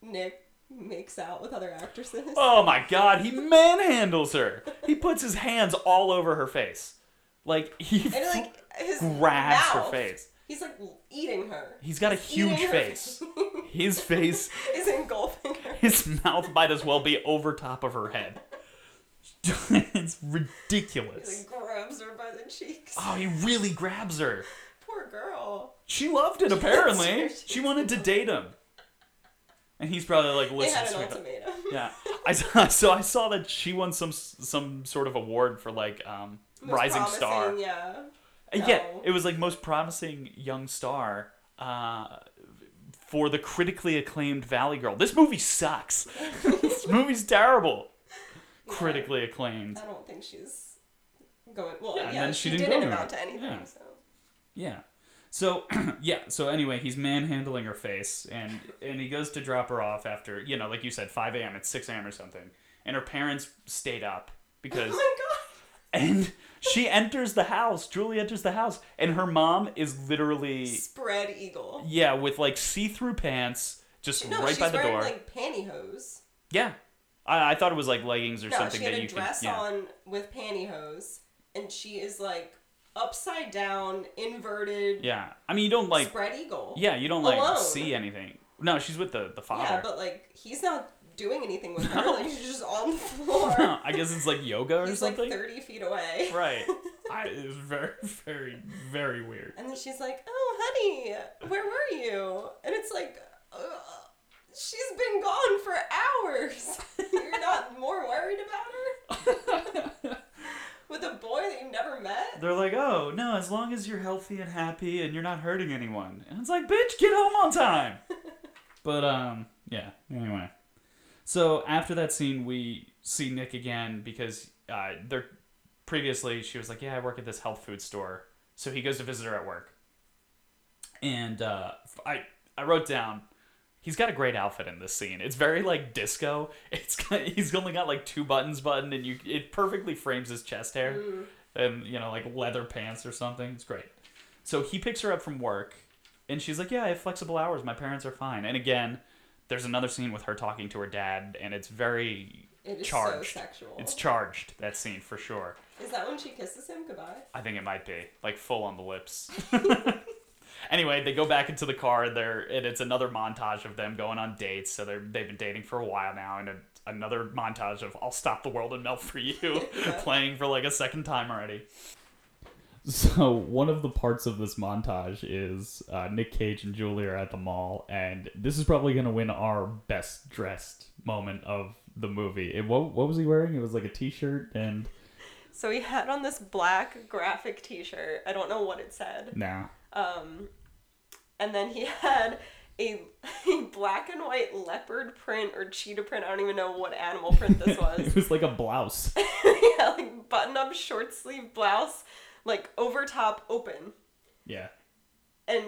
S2: Nick makes out with other actresses.
S1: Oh my god, he manhandles her. He puts his hands all over her face. Like he
S2: and like his
S1: grabs her
S2: mouth,
S1: face.
S2: He's like eating her.
S1: He's got a huge
S2: Eating her.
S1: face. His face,
S2: Is engulfing
S1: [LAUGHS]
S2: her. [LAUGHS]
S1: his mouth might as well be over top of her head. [LAUGHS] it's
S2: He like
S1: ridiculous.
S2: grabs her by the cheeks.
S1: Oh, he really grabs her.
S2: Poor girl.
S1: She loved it apparently. She wanted to date him. And he's probably like,
S2: They
S1: listen,
S2: had an
S1: sweetheart."
S2: ultimatum. [LAUGHS]
S1: Yeah, I saw, [LAUGHS] so I saw that she won some some sort of award for like um,
S2: Most
S1: rising
S2: promising,
S1: star.
S2: Yeah.
S1: Yeah,
S2: No.
S1: it was like most promising young star uh, for the critically acclaimed Valley Girl. This movie sucks. [LAUGHS] this movie's terrible. Critically acclaimed.
S2: I don't think she's going. Well,
S1: Yeah,
S2: yeah,
S1: and then she
S2: she,
S1: didn't
S2: didn't,
S1: go anywhere.
S2: amount to anything.
S1: Yeah.
S2: So
S1: Yeah. So [CLEARS THROAT] yeah. So anyway, he's manhandling her face, and and he goes to drop her off after you know, like you said, five a.m. It's six a.m. or something, and her parents stayed up
S2: oh [LAUGHS]
S1: because
S2: my god,
S1: and she enters the house. Julie enters the house, and her mom is literally
S2: spread eagle.
S1: yeah, with like see-through pants, just
S2: No,
S1: right
S2: she's
S1: by the
S2: wearing
S1: door.
S2: like pantyhose.
S1: yeah, I, I thought it was like leggings or
S2: No,
S1: something
S2: she had
S1: that
S2: a
S1: you
S2: dress
S1: can. Yeah.
S2: on with pantyhose, and she is like upside down, inverted,
S1: yeah, I mean you don't like
S2: spread eagle.
S1: yeah you don't like
S2: alone.
S1: see anything. No, she's with the the father.
S2: Yeah, but like he's not doing
S1: [LAUGHS]
S2: anything with her. Like she's just on the floor.
S1: I guess it's like yoga or
S2: He's like
S1: something.
S2: thirty feet away. [LAUGHS]
S1: right. I, it was very, very, very weird.
S2: And then she's like, "Oh, honey, where were you?" And it's like, "Uh, [LAUGHS] Ugh, "She's been gone for hours. You're not more worried
S1: [LAUGHS] They're like, oh, no, as long as you're healthy and happy and you're not hurting anyone. And it's like, bitch, get home on time. but, um, yeah, anyway. So after that scene, we see Nick again because uh, they're previously she was like, yeah, I work at this health food store. So he goes to visit her at work. And uh, I, I wrote down, he's got a great outfit in this scene. It's very like disco. [LAUGHS] It's got, he's only got like two buttons button, and you it perfectly frames his chest hair, and you know like leather pants or something. It's great. So he picks her up from work, and she's like, "Yeah, I have flexible hours. My parents are fine." And again, there's another scene with her talking to her dad, and it's very
S2: It is so
S1: charged.
S2: sexual.
S1: It's charged that scene for sure.
S2: Is that when she kisses him goodbye?
S1: I think it might be like full on the lips. [LAUGHS] anyway, they go back into the car. and They're and it's another montage of them going on dates. So they're they've been dating for a while now, and a, another montage of "I'll stop the world and melt for
S2: [LAUGHS]
S1: you" [LAUGHS] playing for like a second time already. So one of the parts of this montage is uh, Nick Cage and Julie are at the mall, and this is probably going to win our best dressed moment of the movie. It, what what was he wearing? It was like a t-shirt and
S2: So he had on this black graphic T-shirt. I don't know what it said.
S1: nah.
S2: And then he [LAUGHS] had a, a black and white leopard print or cheetah print. I don't even know what animal print this was.
S1: [LAUGHS]
S2: [LAUGHS]
S1: it was like a blouse.
S2: yeah, like button-up short sleeve blouse, like over top open.
S1: Yeah.
S2: And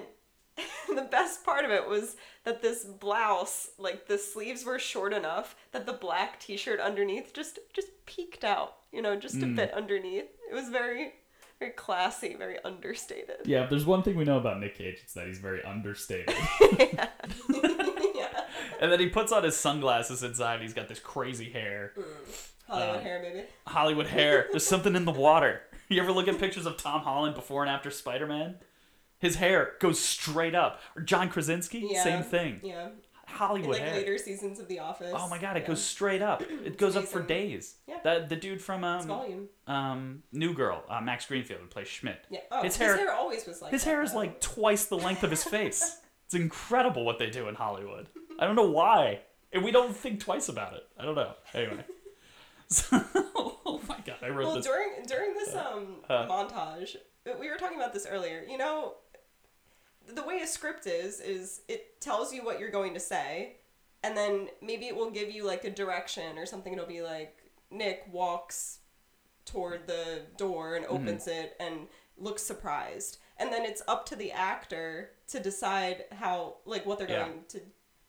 S2: [LAUGHS] the best part of it was that this blouse, like the sleeves were short enough that the black T-shirt underneath just just peeked out. You know, just a
S1: Hmm.
S2: bit underneath. It was very. Very classy, very understated. [LAUGHS]
S1: Yeah, if there's one thing we know about Nick Cage, it's that he's very understated.
S2: yeah.
S1: [LAUGHS] and then he puts on his sunglasses inside, and he's got this crazy hair. Uh,
S2: Hollywood hair, maybe.
S1: Hollywood hair. There's something in the water. You ever look at pictures of Tom Holland before and after Spider Man? His hair goes straight up. Or John Krasinski,
S2: Yeah.
S1: same thing.
S2: Yeah. In,
S1: Hollywood
S2: like
S1: hair.
S2: later seasons of The Office.
S1: Oh my god, it
S2: Yeah.
S1: goes straight up. It goes up for
S2: amazing.
S1: days.
S2: Yeah.
S1: That the dude from
S2: It's
S1: um,
S2: volume.
S1: um New Girl, uh, Max Greenfield, who plays Schmidt.
S2: Yeah. Oh,
S1: his
S2: his,
S1: hair-
S2: hair, always was like
S1: His
S2: that,
S1: hair is
S2: though.
S1: like twice the length of his face. It's incredible what they do in Hollywood. I don't know why. And we don't think twice about it. I don't know. Anyway. [LAUGHS] So, oh my god, I wrote
S2: Well,
S1: this.
S2: during during this um
S1: uh.
S2: montage, we were talking about this earlier. You know, the way a script is is it tells you what you're going to say, and then maybe it will give you like a direction or something. It'll be like Nick walks toward the door
S1: Mm-hmm.
S2: and opens it and looks surprised, and then it's up to the actor to decide how like what they're
S1: Yeah.
S2: going to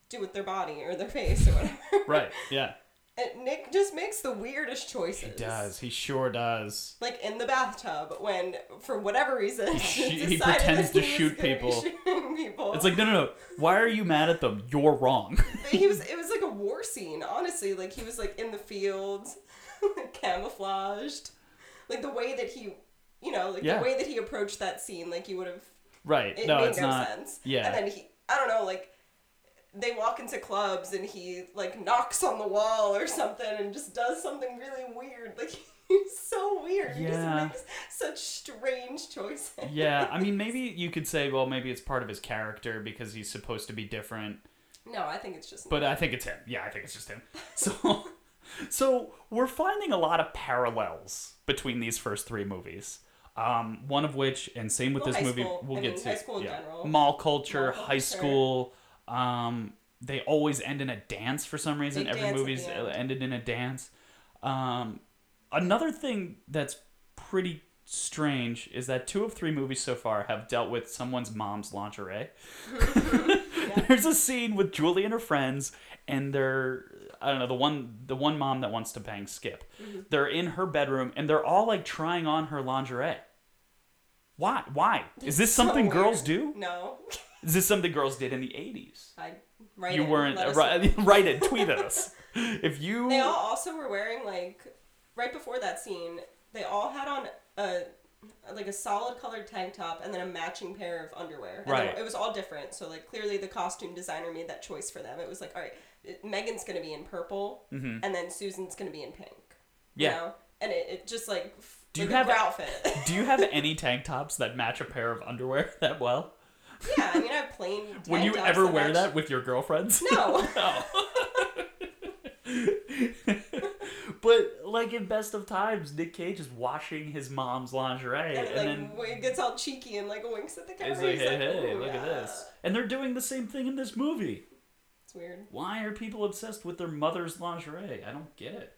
S2: do with their body or their [LAUGHS] face or whatever.
S1: Right, yeah.
S2: And Nick just makes the weirdest choices.
S1: He does. He sure does.
S2: like in the bathtub when for whatever reason
S1: [LAUGHS] He- he
S2: decided
S1: pretends
S2: that
S1: to
S2: he
S1: shoot
S2: was gonna be
S1: people.
S2: shooting people.
S1: It's like, no, no, no. Why are you mad at them? You're wrong.
S2: [LAUGHS]
S1: [LAUGHS]
S2: he was it was like a war scene honestly like he was like in the field like, [LAUGHS] camouflaged like the way that he you know like
S1: Yeah.
S2: the way that he approached that scene like you would have
S1: right.
S2: it
S1: no,
S2: made
S1: it's
S2: no
S1: not.
S2: sense
S1: Yeah.
S2: and then he I don't know like they walk into clubs and he like knocks on the wall or something and just does something really weird like [LAUGHS] he's so weird he
S1: Yeah.
S2: just makes such strange choices
S1: yeah, I mean, maybe you could say, well, maybe it's part of his character because he's supposed to be different.
S2: No, I think it's just.
S1: but I think it's him. Yeah, I think it's just him. [LAUGHS] So, so we're finding a lot of parallels between these first three movies. Um, one of which, and same with
S2: Well,
S1: this
S2: high
S1: movie,
S2: school.
S1: we'll
S2: I
S1: get
S2: mean,
S1: to
S2: high school in
S1: yeah.
S2: general.
S1: mall culture,
S2: Mall
S1: high
S2: culture.
S1: school. Um, they always end in a dance for some reason.
S2: They
S1: Every
S2: dance at
S1: movie's uh,
S2: the end.
S1: ended in a dance. Um, another thing that's pretty strange is that two of three movies so far have dealt with someone's mom's lingerie. [LAUGHS] There's a scene with Julie and her friends, and they're I don't know the one the one mom that wants to bang Skip.
S2: Mm-hmm.
S1: They're in her bedroom, and they're all like trying on her lingerie. Why? Why is this
S2: so
S1: something
S2: weird.
S1: girls do?
S2: No,
S1: Is this something girls did in the '80s?
S2: I right.
S1: You
S2: in,
S1: weren't
S2: let us know.
S1: right. [LAUGHS] Write
S2: [LAUGHS]
S1: it. Tweet at us if you.
S2: They all also were wearing like right before that scene. They all had on a like a solid colored tank top and then a matching pair of underwear. And they
S1: Right.
S2: were- it was all different. So like clearly the costume designer made that choice for them. It was like all right, Megan's gonna be in purple, and then Susan's gonna be in pink.
S1: Mm-hmm. Yeah.
S2: You know? And it, it just like f-
S1: Do you
S2: like a
S1: have-
S2: gr- outfit. [LAUGHS]
S1: Do you have any tank tops that match a pair of underwear [LAUGHS] that well?
S2: yeah, I mean I have plain.
S1: Would
S2: tank
S1: you
S2: tops
S1: ever wear
S2: match-
S1: that with your [LAUGHS] girlfriends?
S2: No.
S1: but like like in Best of Times, Nick Cage is washing his mom's lingerie,
S2: And,
S1: and,
S2: it, like
S1: then
S2: w- gets all cheeky and like winks at the camera.
S1: it's like,
S2: He's
S1: "Hey, hey,
S2: "Ooh,
S1: look at
S2: yeah."
S1: this!" And they're doing the same thing in this movie.
S2: It's weird.
S1: Why are people obsessed with their mother's lingerie? I don't get it.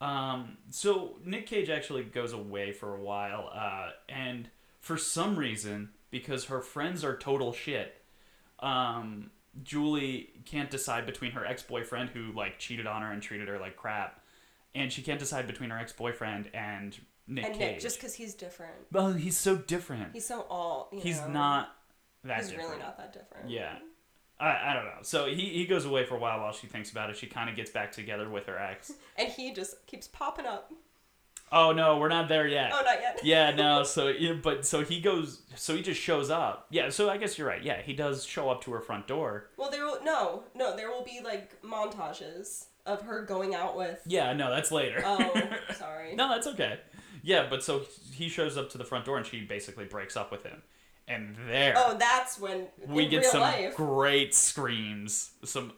S1: Um, so Nick Cage actually goes away for a while, uh, and for some reason, because her friends are total shit, um, Julie can't decide between her ex boyfriend who like cheated on her and treated her like crap, and she can't decide between her ex boyfriend and Nick
S2: and
S1: Cage.
S2: Nick, just because he's different,
S1: well, he's so different. He's,
S2: he's so all. You know?
S1: not that
S2: He's
S1: different.
S2: really not that different.
S1: Yeah. I, I don't know. So he, he goes away for a while while she thinks about it. She kind of gets back together with her ex.
S2: And he just keeps popping up.
S1: Oh no, we're not there yet.
S2: Oh, not yet.
S1: Yeah, no. So yeah, but so he goes. So he just shows up. Yeah. So I guess you're right. Yeah, he does show up to her front door.
S2: Well, there will no, no. There will be like montages of her going out with.
S1: Yeah. No, that's later.
S2: Oh,
S1: [LAUGHS]
S2: sorry.
S1: no, that's okay. Yeah, but so he shows up to the front door and she basically breaks up with him, and there
S2: Oh, that's when
S1: we
S2: in
S1: get
S2: real
S1: some
S2: life.
S1: great screams, some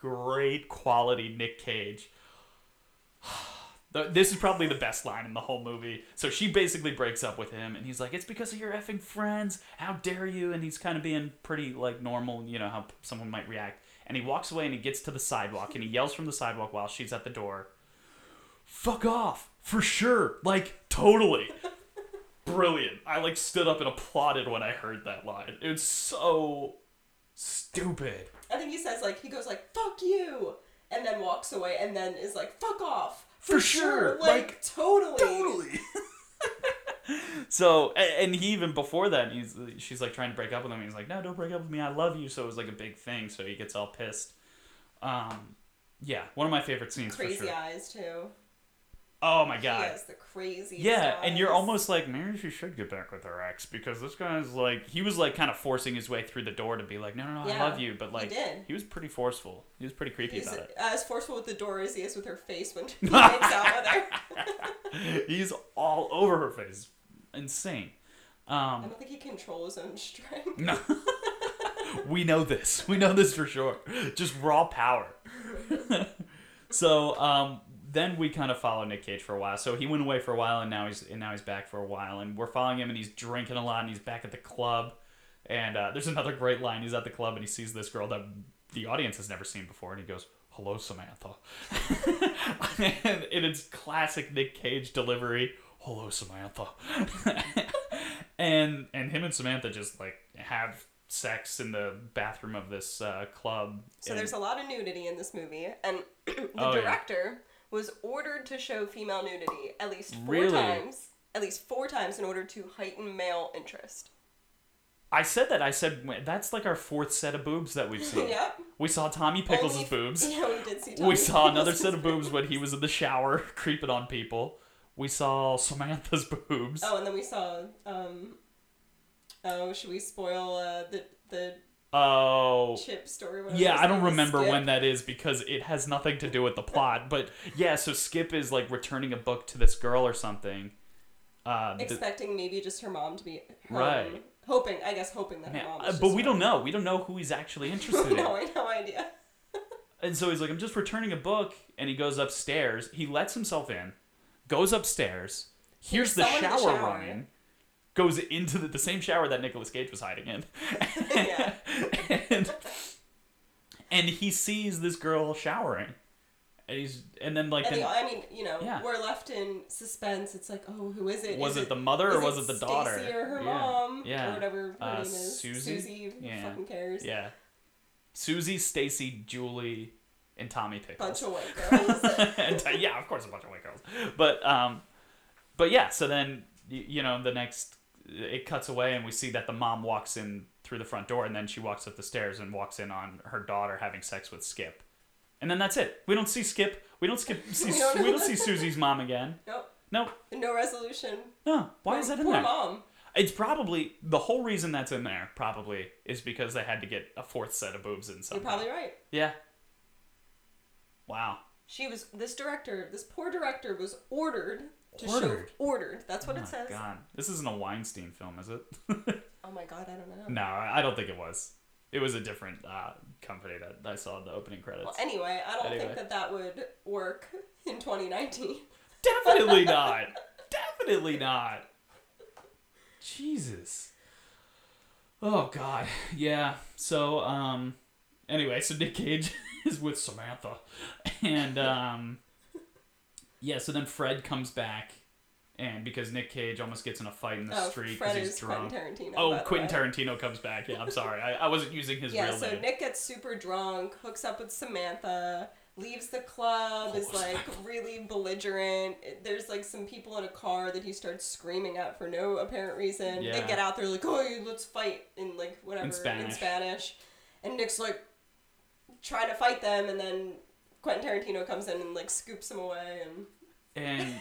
S1: great quality Nick Cage. [SIGHS] Th- This is probably the best line in the whole movie. So she basically breaks up with him, and he's like, "It's because of your effing friends. How dare you?" And he's kind of being pretty like normal, you know how p- someone might react. And he walks away and he gets to the sidewalk and he yells from the sidewalk while she's at the door, "Fuck off for sure! Like totally." brilliant. I like stood up and applauded when I heard that line. It was so stupid.
S2: I think he says like he goes like "fuck you" and then walks away and then is like "fuck off"
S1: For sure,
S2: like,
S1: like,
S2: totally.
S1: [LAUGHS] so, a- and he even before that, he's she's like trying to break up with him. He's like, no, don't break up with me. I love you. So it was like a big thing. So he gets all pissed. Um, yeah, one of my favorite scenes for
S2: Crazy
S1: sure.
S2: eyes too.
S1: Oh my
S2: He
S1: god.
S2: has the crazy.
S1: Yeah, and you're
S2: eyes.
S1: almost like maybe she should get back with her ex because this guy's like he was like kind of forcing his way through the door to be like no no no
S2: Yeah,
S1: I love you but
S2: he
S1: like
S2: did.
S1: was pretty forceful he was pretty creepy
S2: He's
S1: about it
S2: as forceful with the door as he is with her
S1: [LAUGHS]
S2: face when he makes out with her.
S1: He's all over her face. Insane.
S2: I
S1: Um, [LAUGHS]
S2: don't think he controls his own strength.
S1: no. [LAUGHS] we know this. We know this for sure. Just raw power. so um, then we kind of follow Nick Cage for a while. So he went away for a while, and now he's and now he's back for a while, and we're following him, and he's drinking a lot, and he's back at the club. And uh, there's another great line. He's at the club, and he sees this girl that the audience has never seen before, and he goes. Hello, Samantha. [LAUGHS] and in its classic Nick Cage delivery, hello, Samantha. [LAUGHS] and and him and Samantha just like have sex in the bathroom of this uh, club.
S2: So there's a lot of nudity in this movie, and [CLEARS THROAT] the
S1: Oh, yeah.
S2: director was ordered to show female nudity at least four
S1: Really?
S2: times, at least four times, in order to heighten male interest.
S1: I said that. I said "Wait, that's like our fourth set of boobs that we've
S2: [LAUGHS]
S1: seen.
S2: Yep.
S1: We saw Tommy Pickles'
S2: Only-
S1: boobs.
S2: [LAUGHS] Yeah, we did see. Tommy
S1: We saw another
S2: [LAUGHS] Pickles'
S1: set of boobs when he was in the shower [LAUGHS] creeping on people. We saw Samantha's [LAUGHS] boobs.
S2: Oh, and then we saw. um Oh, should we spoil uh, the the
S1: Oh.
S2: chip story? whatever
S1: Yeah,
S2: his
S1: I don't
S2: name is,
S1: remember
S2: Skip?
S1: when that is because it has nothing to do with the plot. But yeah, so Skip is like returning a book to this girl or something. Uh, th-
S2: Expecting maybe just her mom to be home,
S1: Right.
S2: Hoping, I guess, hoping that her
S1: yeah,
S2: mom.
S1: uh,
S2: was
S1: but
S2: just
S1: we don't
S2: home.
S1: know. We don't know who he's
S2: [LAUGHS]
S1: actually interested in.
S2: no, I no idea.
S1: And so he's like, I'm just returning a book. And he goes upstairs. He lets himself in, goes upstairs, hears the
S2: someone
S1: shower,
S2: in the shower.
S1: running, goes into the, the same shower that Nicolas Cage was hiding in.
S2: [LAUGHS] Yeah.
S1: [LAUGHS] and, and he sees this girl showering. And he's and then like
S2: And the,
S1: then,
S2: I mean, you know,
S1: Yeah.
S2: we're left in suspense. It's like, oh, who is it?
S1: was
S2: Is
S1: it the mother
S2: is
S1: or was it the daughter?
S2: Stacey or her
S1: Yeah.
S2: mom
S1: Yeah.
S2: or whatever her
S1: Uh,
S2: name is.
S1: Susie?
S2: Susie. who
S1: Yeah.
S2: Fucking cares.
S1: Yeah. Susie, Stacy, Julie, and Tommy Pickles.
S2: Bunch
S1: [LAUGHS]
S2: of white girls.
S1: And, uh, yeah, of course, a bunch of white girls. But um, but yeah. So then y- you know the next it cuts away and we see that the mom walks in through the front door and then she walks up the stairs and walks in on her daughter having sex with Skip, and then that's it. We don't see Skip. We don't
S2: [LAUGHS]
S1: skip. See,
S2: We don't
S1: we
S2: know.
S1: don't see Susie's mom again.
S2: nope.
S1: No,
S2: No resolution.
S1: no. Why is that in
S2: Poor
S1: there?
S2: mom.
S1: It's probably the whole reason that's in there. Probably is because they had to get a fourth set of boobs in
S2: You're
S1: something.
S2: probably right.
S1: Yeah. Wow.
S2: She was this director. This poor director was ordered to
S1: Ordered?
S2: show ordered. That's what
S1: Oh
S2: it
S1: my
S2: says.
S1: God, this isn't a Weinstein film, is it? [LAUGHS]
S2: Oh my god, I don't
S1: No,
S2: know.
S1: I I don't think it was. It was a different uh, company that I saw in the opening credits.
S2: Well, anyway, I don't
S1: Anyway.
S2: [LAUGHS] think that that would work in 2019. [LAUGHS]
S1: Definitely not. Definitely not. Jesus. Oh God. Yeah. So um. Anyway, so Nick Cage [LAUGHS] is with Samantha, and um. Yeah. So then Fred comes back, and because Nick Cage almost gets in a fight in the
S2: Oh,
S1: street because
S2: Fred
S1: he's
S2: is
S1: drunk.
S2: Quentin Tarantino. by
S1: oh,
S2: the
S1: Quentin
S2: way.
S1: Tarantino comes back. Yeah, I'm sorry. I, I wasn't using his
S2: Yeah,
S1: real
S2: so
S1: name.
S2: Nick gets super drunk, hooks up with Samantha, leaves the club, is like really belligerent. There's like some people in a car that he starts screaming at for no apparent reason.
S1: Yeah.
S2: They get out there like, oh, let's fight in like whatever in Spanish.
S1: Spanish.
S2: And Nick's like trying to fight them, and then Quentin Tarantino comes in and like scoops him away and [LAUGHS]
S1: and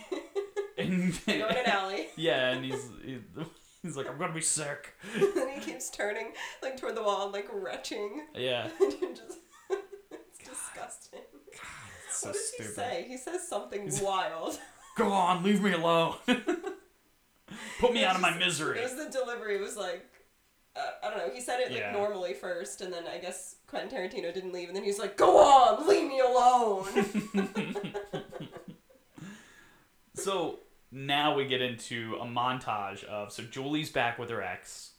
S1: and
S2: they go
S1: [LAUGHS]
S2: in an alley.
S1: yeah, and he's he- [LAUGHS] he's like, I'm gonna be sick.
S2: [LAUGHS] and he keeps turning like toward the wall and like retching. [LAUGHS]
S1: Yeah,
S2: And you just, it's disgusting.
S1: it's so
S2: what does
S1: stupid.
S2: he say? He says something
S1: [LAUGHS]
S2: wild.
S1: Go on, leave me alone. [LAUGHS] Put me out of my misery.
S2: It was the delivery. was like, uh, I don't know. He said it like
S1: Yeah.
S2: normally first, and then I guess Quentin Tarantino didn't leave, and then he's like, "Go on, leave
S1: [LAUGHS]
S2: me alone."
S1: so now we get into a montage of so Julie's back with her ex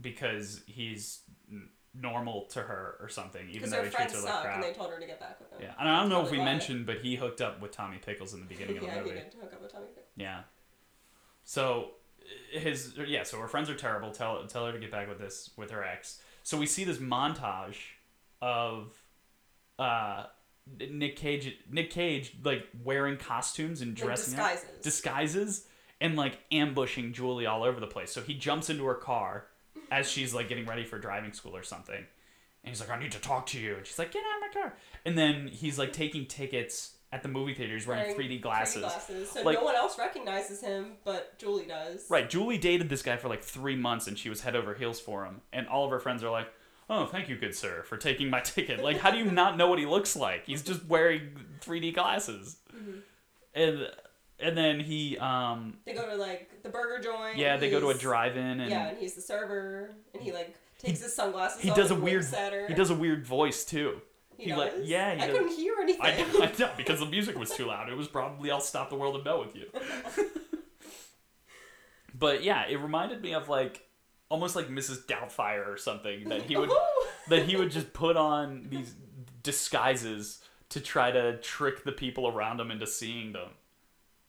S1: because he's n- normal to her or something, even
S2: Because
S1: though
S2: their
S1: he treats
S2: friends
S1: her like
S2: suck,
S1: crap.
S2: and they told her to get back with him.
S1: yeah, and I don't know if we
S2: Probably why.
S1: mentioned, but he hooked up with Tommy Pickles in the
S2: [LAUGHS]
S1: beginning of the
S2: Yeah, he
S1: movie.
S2: did hook up with Tommy. Pickles.
S1: Yeah. So his yeah, so her friends are terrible. Tell tell her to get back with this with her ex. So we see this montage of uh Nick Cage Nick Cage like wearing costumes and
S2: Like,
S1: dressing up
S2: disguises.
S1: disguises and like ambushing Julie all over the place. So he jumps into her car as she's like getting ready for driving school or something. And he's like, I need to talk to you. And she's like, Get out of my car. And then he's like taking tickets at the movie theaters wearing, 3D glasses.
S2: So
S1: Like-
S2: no one else recognizes him, but Julie does.
S1: Right, Julie dated this guy for like three months and she was head over heels for him. And all of her friends are like, oh, thank you, good sir, for taking my [LAUGHS] ticket. Like, how do you not know what he looks like? He's just wearing 3D glasses.
S2: Mm-hmm.
S1: And and then he, um,
S2: They go to like the burger joint.
S1: yeah, they go to a
S2: he's-
S1: drive in and
S2: Yeah, and he's the server, and he like takes his sunglasses.
S1: he
S2: off
S1: does a
S2: and
S1: weird,
S2: winks at her.
S1: he does a weird voice too.
S2: He
S1: he like-
S2: does?
S1: yeah, he
S2: I
S1: does.
S2: couldn't hear anything. [LAUGHS]
S1: I, I know, because the music was too loud. It was probably I'll stop the world and bell with
S2: [LAUGHS]
S1: you. but yeah, it reminded me of like almost like Mrs. Doubtfire or something that
S2: [LAUGHS]
S1: he would
S2: Ooh.
S1: that he would just put on these disguises to try to trick the people around him into seeing them.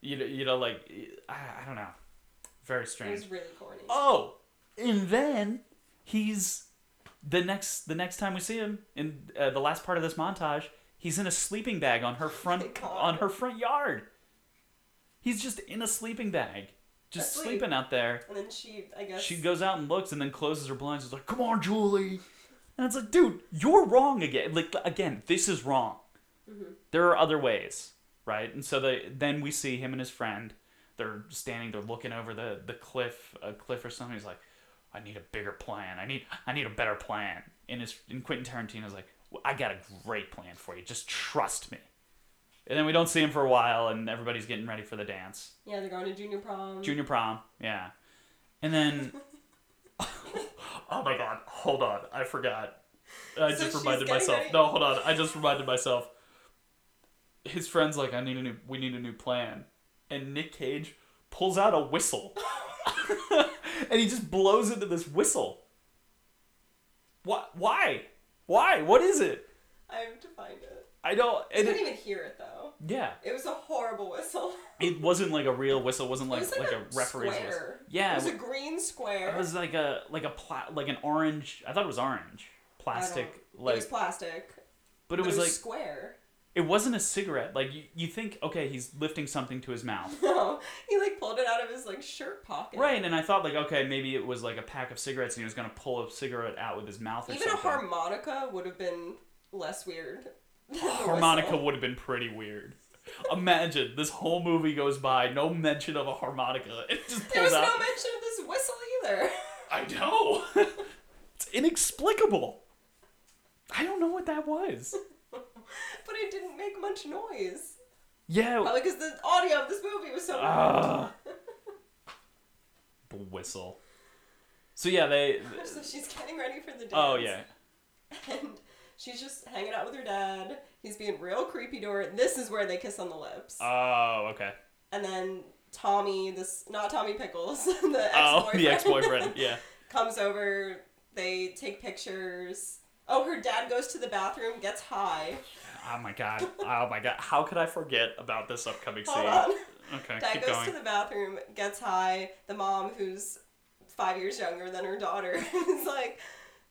S1: You know, you know, like I, I don't know, very
S2: It
S1: [LAUGHS] strange.
S2: was really corny.
S1: Oh, and then he's the next the next time we see him in uh, the last part of this montage, he's in a sleeping bag on her
S2: Oh my [LAUGHS]
S1: front
S2: God.
S1: on her front yard. He's just in a sleeping bag, just
S2: Asleep.
S1: sleeping out there.
S2: And then she, I guess,
S1: She goes out and looks, and then closes her blinds. Is like, "Come on, Julie," and it's like, "Dude, you're wrong again. Like again, this is wrong. There are other ways, right?" And so they then we see him and his friend. They're standing. They're looking over the the cliff, a cliff or something. He's like, "I need a bigger plan. I need I need a better plan." And his and Quentin Tarantino's like, "Well, "I got a great plan for you. Just trust me." And then we don't see him for a while, and everybody's getting ready for the dance,
S2: yeah, they're going to junior prom.
S1: junior prom, yeah. And then [LAUGHS] Oh my god, hold on. I forgot. I
S2: So
S1: just
S2: she's
S1: reminded
S2: getting
S1: myself.
S2: ready-
S1: No, hold on. I just reminded myself. His friend's like, I need a new we need a new plan. And Nick Cage pulls out a whistle. [LAUGHS] and he just blows into this whistle. What why? Why? What is it?
S2: I have to find it.
S1: I don't
S2: I
S1: and
S2: couldn't
S1: it,
S2: even hear it though.
S1: yeah.
S2: It was a horrible whistle.
S1: It wasn't like a real whistle, it wasn't [LAUGHS]
S2: It
S1: like,
S2: was
S1: like, a, referee's whistle.
S2: square.
S1: Yeah.
S2: it was a green square.
S1: It was like a like a pla- like an orange. I thought it was orange
S2: I don't-
S1: plastic.
S2: it
S1: Like,
S2: was plastic.
S1: but it was like
S2: square. [LAUGHS]
S1: it wasn't a cigarette. Like you, you think, okay, he's lifting something to his
S2: [LAUGHS]
S1: mouth,
S2: No, he like pulled it out of his like shirt pocket.
S1: right? And I thought like, okay, maybe it was like a pack of cigarettes, and he was gonna pull a cigarette out with his mouth. Or
S2: Even a
S1: something.
S2: harmonica would have been less weird. than the
S1: harmonica
S2: whistle.
S1: would have been pretty weird. Imagine this whole movie goes by, no mention of a harmonica. It just pulls
S2: There was
S1: out.
S2: no mention of this whistle either. [LAUGHS]
S1: I know. [LAUGHS] it's inexplicable. I don't know what that
S2: [LAUGHS]
S1: was.
S2: but it didn't make much noise.
S1: Yeah.
S2: Probably because the audio of this movie was so.
S1: Ah. the whistle. So yeah, they.
S2: [LAUGHS] So she's getting ready for the dance.
S1: Oh yeah,
S2: [LAUGHS] And she's just hanging
S1: Ah.
S2: out with her dad. He's being real creepy to her. This is where they kiss on the lips.
S1: Oh, okay.
S2: and then Tommy, this not Tommy Pickles, [LAUGHS] the ex
S1: Oh, the ex-boyfriend.
S2: [LAUGHS]
S1: yeah.
S2: comes over. They take pictures. Oh, her dad goes to the bathroom, gets high.
S1: Oh my god. Oh my god. How could I forget about this upcoming scene?
S2: Hold on.
S1: Okay,
S2: Dad
S1: keep
S2: goes
S1: going.
S2: to the bathroom, gets high. The mom, who's five years younger than her daughter, [LAUGHS] is like,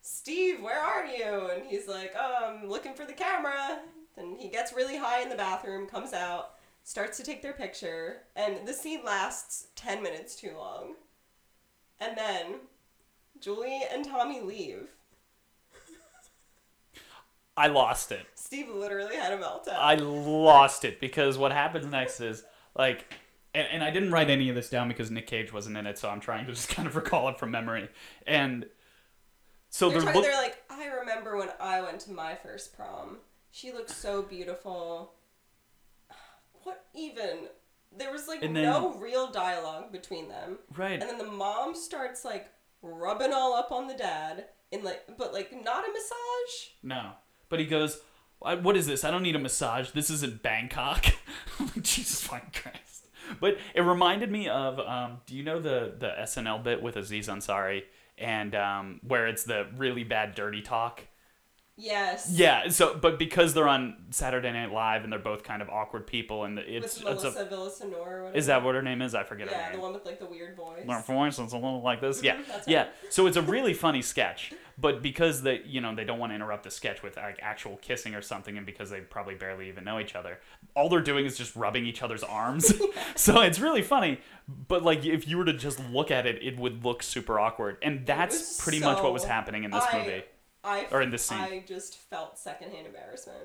S2: Steve, where are you? And he's like, um, looking for the camera. Then he gets really high in the bathroom, comes out, starts to take their picture, and the scene lasts 10 minutes too long. And then Julie and Tommy leave.
S1: I lost it.
S2: Steve literally had a meltdown.
S1: I lost it because what happens next is like, and, and I didn't write any of this down because Nick Cage wasn't in it, so I'm trying to just kind of recall it from memory. And so
S2: They're,
S1: they're,
S2: talking,
S1: look-
S2: they're like, I remember when I went to my first prom. She looked so beautiful. What even? There was like
S1: And then-
S2: no real dialogue between them.
S1: right.
S2: And then the mom starts like rubbing all up on the dad in like, but like not a massage.
S1: No. But he goes, "I- What is this? I don't need a massage. This isn't Bangkok. [LAUGHS] I'm like, Jesus fucking Christ. But it reminded me of um, do you know the, the SNL bit with Aziz Ansari and um, where it's the really bad dirty talk?
S2: Yes.
S1: Yeah, so but because they're on Saturday Night Live and they're both kind of awkward people and it's
S2: With
S1: it's
S2: Melissa
S1: a
S2: Villasenor or whatever.
S1: is that what her name is? I forget her
S2: Yeah,
S1: name.
S2: the one with like the weird voice.
S1: Their voice is a little like this. Yeah,
S2: Mm-hmm, that's
S1: yeah.
S2: right.
S1: So it's a really funny sketch, but because they, you know, they don't want to interrupt the sketch with like actual kissing or something, and because they probably barely even know each other, all they're doing is just rubbing each other's
S2: [LAUGHS]
S1: arms. so it's really funny, but like if you were to just look at it, it would look super awkward, and
S2: was
S1: that's pretty much what was
S2: so-
S1: happening in this
S2: I-
S1: movie.
S2: I,
S1: Or in this scene.
S2: I just felt secondhand embarrassment.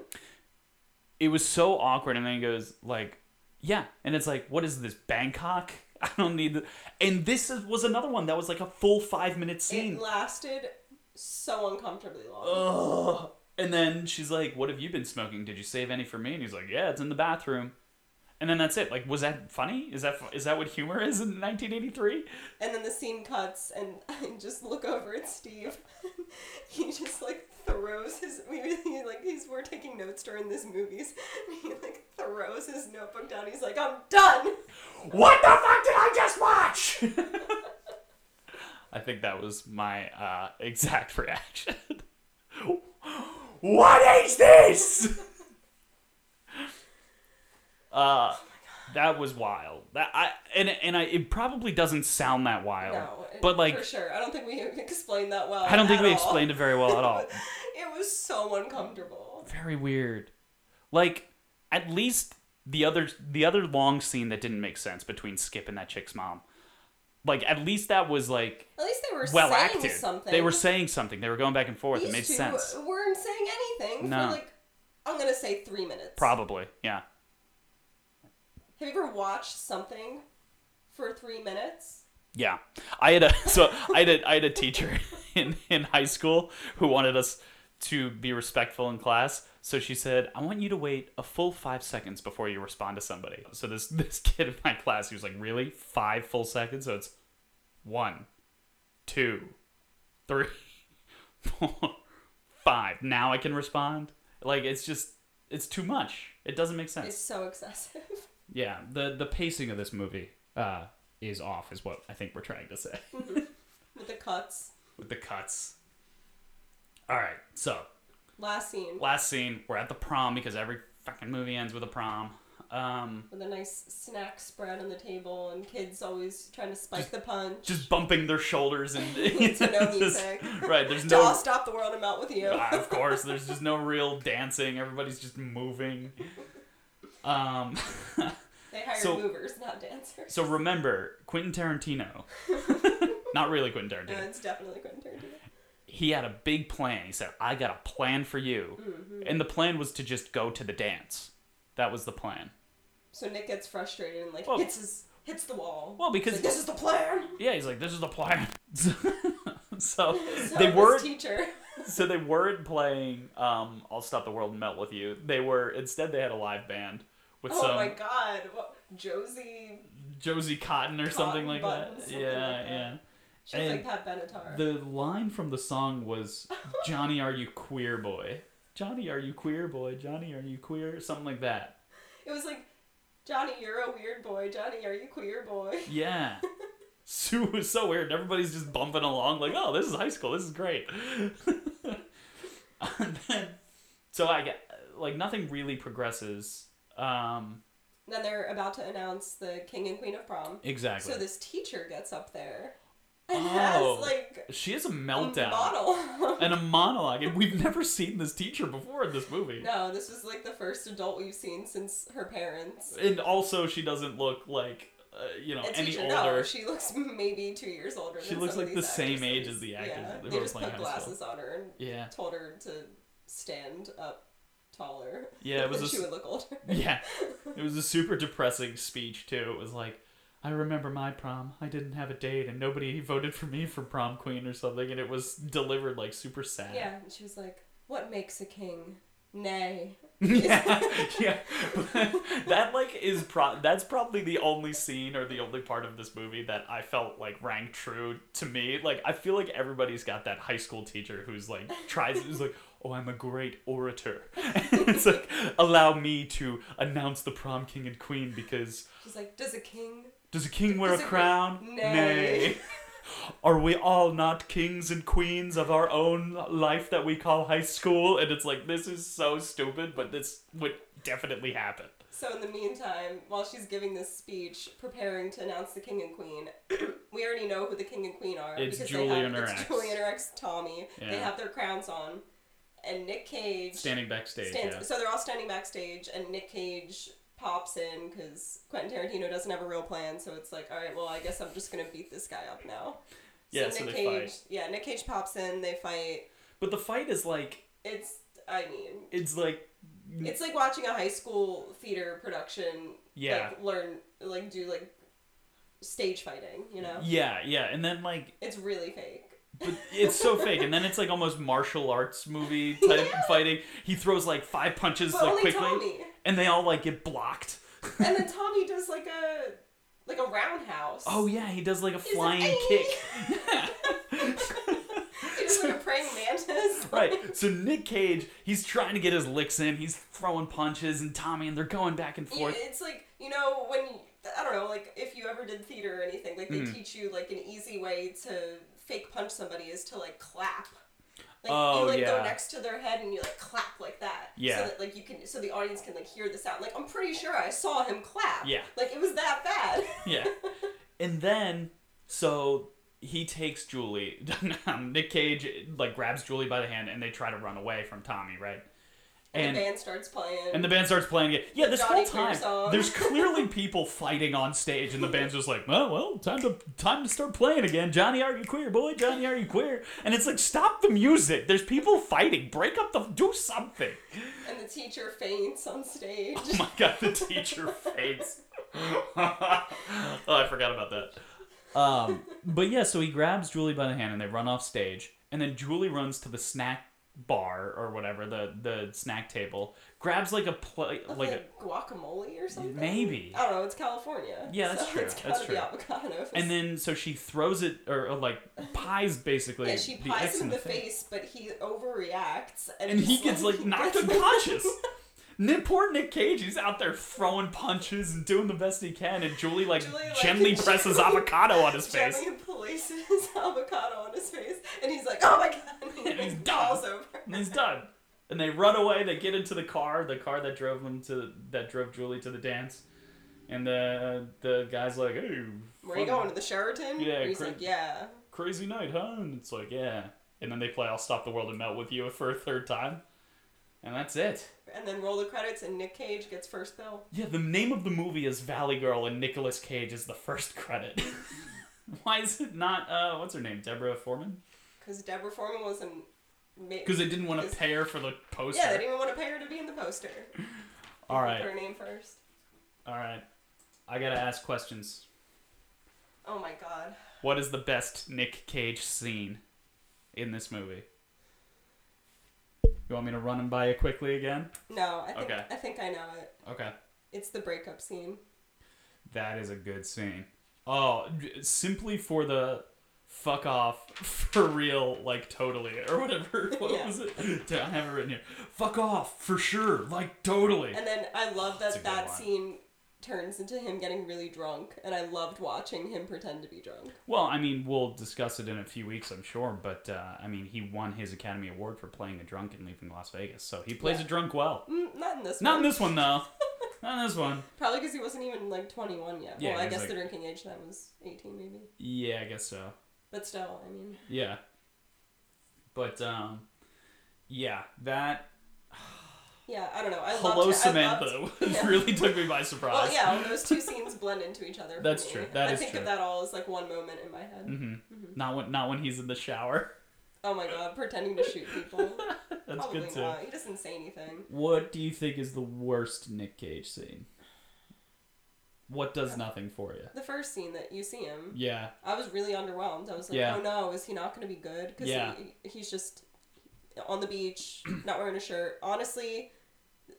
S1: It was so awkward, and then he goes like, "Yeah," and it's like, "What is this Bangkok?" [LAUGHS] I don't need. th-" And this is, was another one that was like a full five minute scene.
S2: It lasted so uncomfortably long.
S1: Ugh. And then she's like, "What have you been smoking? Did you save any for me?" And he's like, "Yeah, it's in the bathroom." And then that's it. Like, was that funny? Is that is that what humor is in 1983?
S2: And then the scene cuts, and [LAUGHS] I just look over at Steve. [LAUGHS] he just like throws his. [LAUGHS] We he, like he's we're taking notes during this movies. [LAUGHS] He like throws his notebook down. He's like, I'm done.
S1: What the fuck did I just watch? [LAUGHS] I think that was my uh, exact [LAUGHS] reaction. what is this? [LAUGHS] uh, that was wild. That I and and I it probably doesn't sound that wild,
S2: No, it-
S1: but like
S2: for sure, I don't think we explained that well.
S1: I don't think
S2: at
S1: we
S2: all.
S1: explained it very well at all.
S2: [LAUGHS] It was so uncomfortable.
S1: very weird. Like at least the other the other long scene that didn't make sense between Skip and that chick's mom. Like at least that was like
S2: At least they were
S1: well
S2: saying
S1: acted.
S2: something.
S1: They were saying something. They were going back and forth.
S2: These
S1: it made
S2: two
S1: sense.
S2: weren't saying anything
S1: No.
S2: for like I'm gonna say three minutes.
S1: Probably. Yeah.
S2: Have you ever watched something for three minutes?
S1: Yeah. I had a [LAUGHS] so I had a I had a teacher [LAUGHS] in, in high school who wanted us to be respectful in class. So she said, I want you to wait a full five seconds before you respond to somebody. So this [LAUGHS] this kid in my class he was like, Really? Five full seconds? So it's one, two, three, [LAUGHS] four, five. Now I can respond. Like it's just it's too much. It doesn't make sense.
S2: It's so excessive. [LAUGHS]
S1: Yeah, the the pacing of this movie uh, is off, is what I think we're trying to say [LAUGHS]
S2: With the cuts.
S1: with the cuts. All right, so
S2: Last scene.
S1: last scene, we're at the prom because every fucking movie ends with a prom. Um,
S2: With a nice snack spread on the table and kids always trying to spike the punch.
S1: just bumping their shoulders and
S2: [LAUGHS] to
S1: [LAUGHS]
S2: no
S1: just-
S2: music.
S1: right, there's
S2: to I'll
S1: no.
S2: stop the world and melt with you.
S1: [LAUGHS] Ah, of course, there's just no real dancing. Everybody's just moving. Um,
S2: They hired
S1: So-
S2: movers, not dancers. [LAUGHS]
S1: so remember, Quentin Tarantino. Not really Quentin Tarantino.
S2: No, it's definitely Quentin Tarantino.
S1: he had a big plan. He said, I got a plan for you.
S2: Mm-hmm.
S1: And the plan was to just go to the dance. That was the plan.
S2: So Nick gets frustrated and like
S1: Well-
S2: hits his hits the wall.
S1: Well,
S2: He's
S1: because,
S2: like, this is the plan.
S1: yeah, he's like, this is the plan. [LAUGHS] so
S2: So
S1: they
S2: his
S1: weren't,
S2: teacher. [LAUGHS]
S1: so they weren't playing, um, I'll Stop the World and Melt With You. They were, instead they had a live band with
S2: Oh
S1: some
S2: my god, what, Josie.
S1: Josie Cotton or something
S2: Cotton
S1: like
S2: Button,
S1: that.
S2: something
S1: yeah,
S2: like that.
S1: yeah.
S2: She was like
S1: And
S2: Pat Benatar.
S1: The line from the song was Johnny, are you queer boy? Johnny, are you queer boy? Johnny, are you queer? Something like that.
S2: It was like Johnny, you're a weird boy. Johnny, are you queer boy?
S1: Yeah. Sue was so weird. Everybody's just bumping along like, oh, this is high school. This is great. [LAUGHS] and then, so I get like nothing really progresses. Um,
S2: Then they're about to announce the king and queen of prom.
S1: exactly.
S2: So this teacher gets up there and
S1: Oh.
S2: has like
S1: she has a
S2: a
S1: meltdown
S2: model. [LAUGHS]
S1: and a monologue, and we've never seen this teacher before in this movie.
S2: no, this was like the first adult we've seen since her parents.
S1: And also, she doesn't look like uh, you know
S2: And
S1: any
S2: teacher,
S1: older.
S2: no, she looks maybe two years older.
S1: She
S2: than
S1: looks
S2: some of
S1: like the
S2: these
S1: same age
S2: actresses.
S1: as the actors
S2: Yeah,
S1: that they
S2: they
S1: were
S2: just
S1: playing
S2: put
S1: high school.
S2: glasses on her and
S1: yeah,
S2: told her to stand up taller. [LAUGHS]
S1: Yeah, it was
S2: and
S1: a
S2: she
S1: s-
S2: would look older.
S1: [LAUGHS] yeah. It was a super depressing speech too. It was like, I remember my prom. I didn't have a date, and nobody voted for me for prom queen or something. And it was delivered like super sad.
S2: Yeah, and she was like, "What makes a king? Nay."
S1: [LAUGHS] yeah, yeah. [LAUGHS] that like is pro. That's probably the only scene or the only part of this movie that I felt like rang true to me. Like I feel like everybody's got that high school teacher who's like tries who's like, oh, I'm a great orator. [LAUGHS] it's like allow me to announce the prom king and queen because
S2: She's like, "Does a king?"
S1: does a king wear
S2: Does
S1: a
S2: a
S1: crown?
S2: queen- Nay."
S1: Are we all not kings and queens of our own life that we call high school? And it's like, this is so stupid, but this would definitely happen.
S2: So in the meantime, while she's giving this speech, preparing to announce the king and queen, [CLEARS THROAT] we already know who the king and queen are
S1: It's
S2: because
S1: Julie
S2: they have
S1: and her
S2: it's
S1: ex.
S2: Julie and her ex Tommy. They
S1: Yeah.
S2: have their crowns on, and Nick Cage
S1: Standing backstage,
S2: stands.
S1: yeah.
S2: So they're all standing backstage, and Nick Cage pops in because Quentin Tarantino doesn't have a real plan. So it's like, all right, well, I guess I'm just gonna beat this guy up now.
S1: Yeah,
S2: so
S1: so
S2: Nick
S1: they
S2: Cage,
S1: fight.
S2: yeah, Nick Cage pops in. They fight.
S1: But the fight is like,
S2: It's, I mean,
S1: it's like,
S2: it's like watching a high school theater production.
S1: Yeah.
S2: Like, learn, like, do like stage fighting. You know,
S1: yeah, yeah. And then like,
S2: it's really fake.
S1: but it's so fake. And then it's like almost martial arts movie
S2: [LAUGHS]
S1: type
S2: Yeah.
S1: fighting. He throws like five punches
S2: But
S1: like
S2: only
S1: quickly,
S2: Tommy.
S1: and they all like get blocked. [LAUGHS]
S2: and then Tommy does like a, like a roundhouse.
S1: Oh yeah, he does like a
S2: He's like,
S1: flying
S2: "Ay!"
S1: kick.
S2: [LAUGHS] He
S1: [LAUGHS]
S2: does like a praying mantis. [LAUGHS]
S1: right. So Nick Cage, he's trying to get his licks in. He's throwing punches, and Tommy, and they're going back and
S2: Yeah,
S1: forth.
S2: it's like you know when I don't know, like if you ever did theater or anything, like they
S1: Mm-hmm.
S2: teach you like an easy way to fake punch somebody is to like clap. Like
S1: Oh,
S2: you like
S1: yeah.
S2: go next to their head and you like clap like that.
S1: Yeah.
S2: So that like you can so the audience can like hear the sound. Like I'm pretty sure I saw him clap.
S1: Yeah.
S2: Like it was that bad. [LAUGHS]
S1: Yeah. And then, so he takes Julie. [LAUGHS] Um, Nick Cage like grabs Julie by the hand, and they try to run away from Tommy. Right.
S2: the
S1: And
S2: band starts playing.
S1: and the band starts playing it. Yeah, this
S2: Johnny
S1: whole time,
S2: Clear song. [LAUGHS]
S1: there's clearly people fighting on stage, and the band's just like, "Well, well, time to time to start playing again." Johnny, are you queer, boy? Johnny, are you queer? And it's like, stop the music. There's people fighting. Break up the. Do something.
S2: and the teacher faints on stage. [LAUGHS]
S1: Oh [LAUGHS] my god, the teacher faints. [LAUGHS] oh, I forgot about that. Um, but yeah, so he grabs Julie by the hand and they run off stage, and then Julie runs to the snack bar or whatever the the snack table, grabs like a plate,
S2: Of,
S1: like a,
S2: like guacamole or something.
S1: Maybe.
S2: I don't know. It's California.
S1: Yeah, that's
S2: so
S1: true,
S2: It's gotta
S1: that's
S2: be
S1: true.
S2: avocado. if it's
S1: and then so she throws it or, or, like pies basically.
S2: Yeah, she
S1: the
S2: pies
S1: ex
S2: him in the
S1: face.
S2: face, but he overreacts, and,
S1: and he
S2: just,
S1: gets
S2: [LAUGHS]
S1: like knocked
S2: gets- [LAUGHS]
S1: unconscious. Nick, poor Nick Cage, he's out there throwing punches and doing the best he can, and Julie like
S2: Julie, like, [LAUGHS]
S1: gently presses avocado on his face.
S2: Jeremy places [LAUGHS] avocado on his face, and he's like, "Oh my god!" [LAUGHS]
S1: And he's
S2: falls
S1: done.
S2: over.
S1: and he's done. And they run away. They get into the car, the car that drove them to that drove Julie to the dance. And the the guy's like, "Hey,
S2: Where are
S1: fun-
S2: you going to the Sheraton?
S1: Yeah,
S2: And he's
S1: cra-
S2: like, "Yeah."
S1: Crazy night, huh?" And it's like, "Yeah." And then they play "I'll Stop the World and Melt with You" for a third time, and that's it.
S2: And then roll the credits, and Nick Cage gets first bill.
S1: Yeah, the name of the movie is Valley Girl, and Nicolas Cage is the first credit. [LAUGHS] Why is it not? Uh, what's her name? Deborah Foreman?
S2: Because Deborah Foreman wasn't. ma-
S1: Because they didn't want to
S2: Because-
S1: pay her for the poster.
S2: yeah, they didn't even want to pay her to be in the poster.
S1: all
S2: Put
S1: right,
S2: her name first.
S1: all right. I gotta ask questions.
S2: Oh my god.
S1: What is the best Nick Cage scene in this movie? You want me to run them by you quickly again?
S2: No, I think
S1: Okay.
S2: I think I know it.
S1: Okay.
S2: It's the breakup scene.
S1: That is a good scene. Oh, j- simply for the fuck off [LAUGHS] for real, like totally, or whatever. [LAUGHS] What
S2: Yeah.
S1: was it? Dude, I have it written here. Fuck off for sure, like totally.
S2: And then I love that
S1: That's a good
S2: that
S1: one.
S2: scene turns into him getting really drunk, and I loved watching him pretend to be drunk.
S1: Well, I mean, we'll discuss it in a few weeks, I'm sure. But uh, I mean, he won his Academy Award for playing a drunk and leaving Las Vegas, so he plays
S2: Yeah.
S1: a drunk well.
S2: Mm, not in this.
S1: Not
S2: one.
S1: in this one though. Not in this one.
S2: Probably because he wasn't even like 21 yet.
S1: Yeah,
S2: well, I
S1: he's
S2: guess
S1: like-
S2: the drinking age then was 18 maybe.
S1: Yeah, I guess so.
S2: But still, I mean,
S1: Yeah. But um, yeah, that
S2: yeah, I don't know. I
S1: hello
S2: loved it. I
S1: Samantha [LAUGHS]
S2: loved-
S1: was-
S2: Yeah.
S1: really took me by surprise.
S2: Well, yeah, well, those two scenes blend into each other. for
S1: That's
S2: me.
S1: true. That
S2: I
S1: is
S2: think
S1: true.
S2: of that all as like one moment in my head.
S1: hmm
S2: Mm-hmm.
S1: Not when not when he's in the shower. [LAUGHS]
S2: Oh my god, pretending to shoot people.
S1: That's
S2: Probably
S1: good too.
S2: not. He doesn't say anything.
S1: What do you think is the worst Nick Cage scene? What does nothing for you?
S2: The first scene that you see him,
S1: Yeah,
S2: I was really underwhelmed. I was like,
S1: Yeah.
S2: oh no, is he not going to be good? Because
S1: Yeah.
S2: he, he's just on the beach, [CLEARS THROAT] not wearing a shirt. Honestly,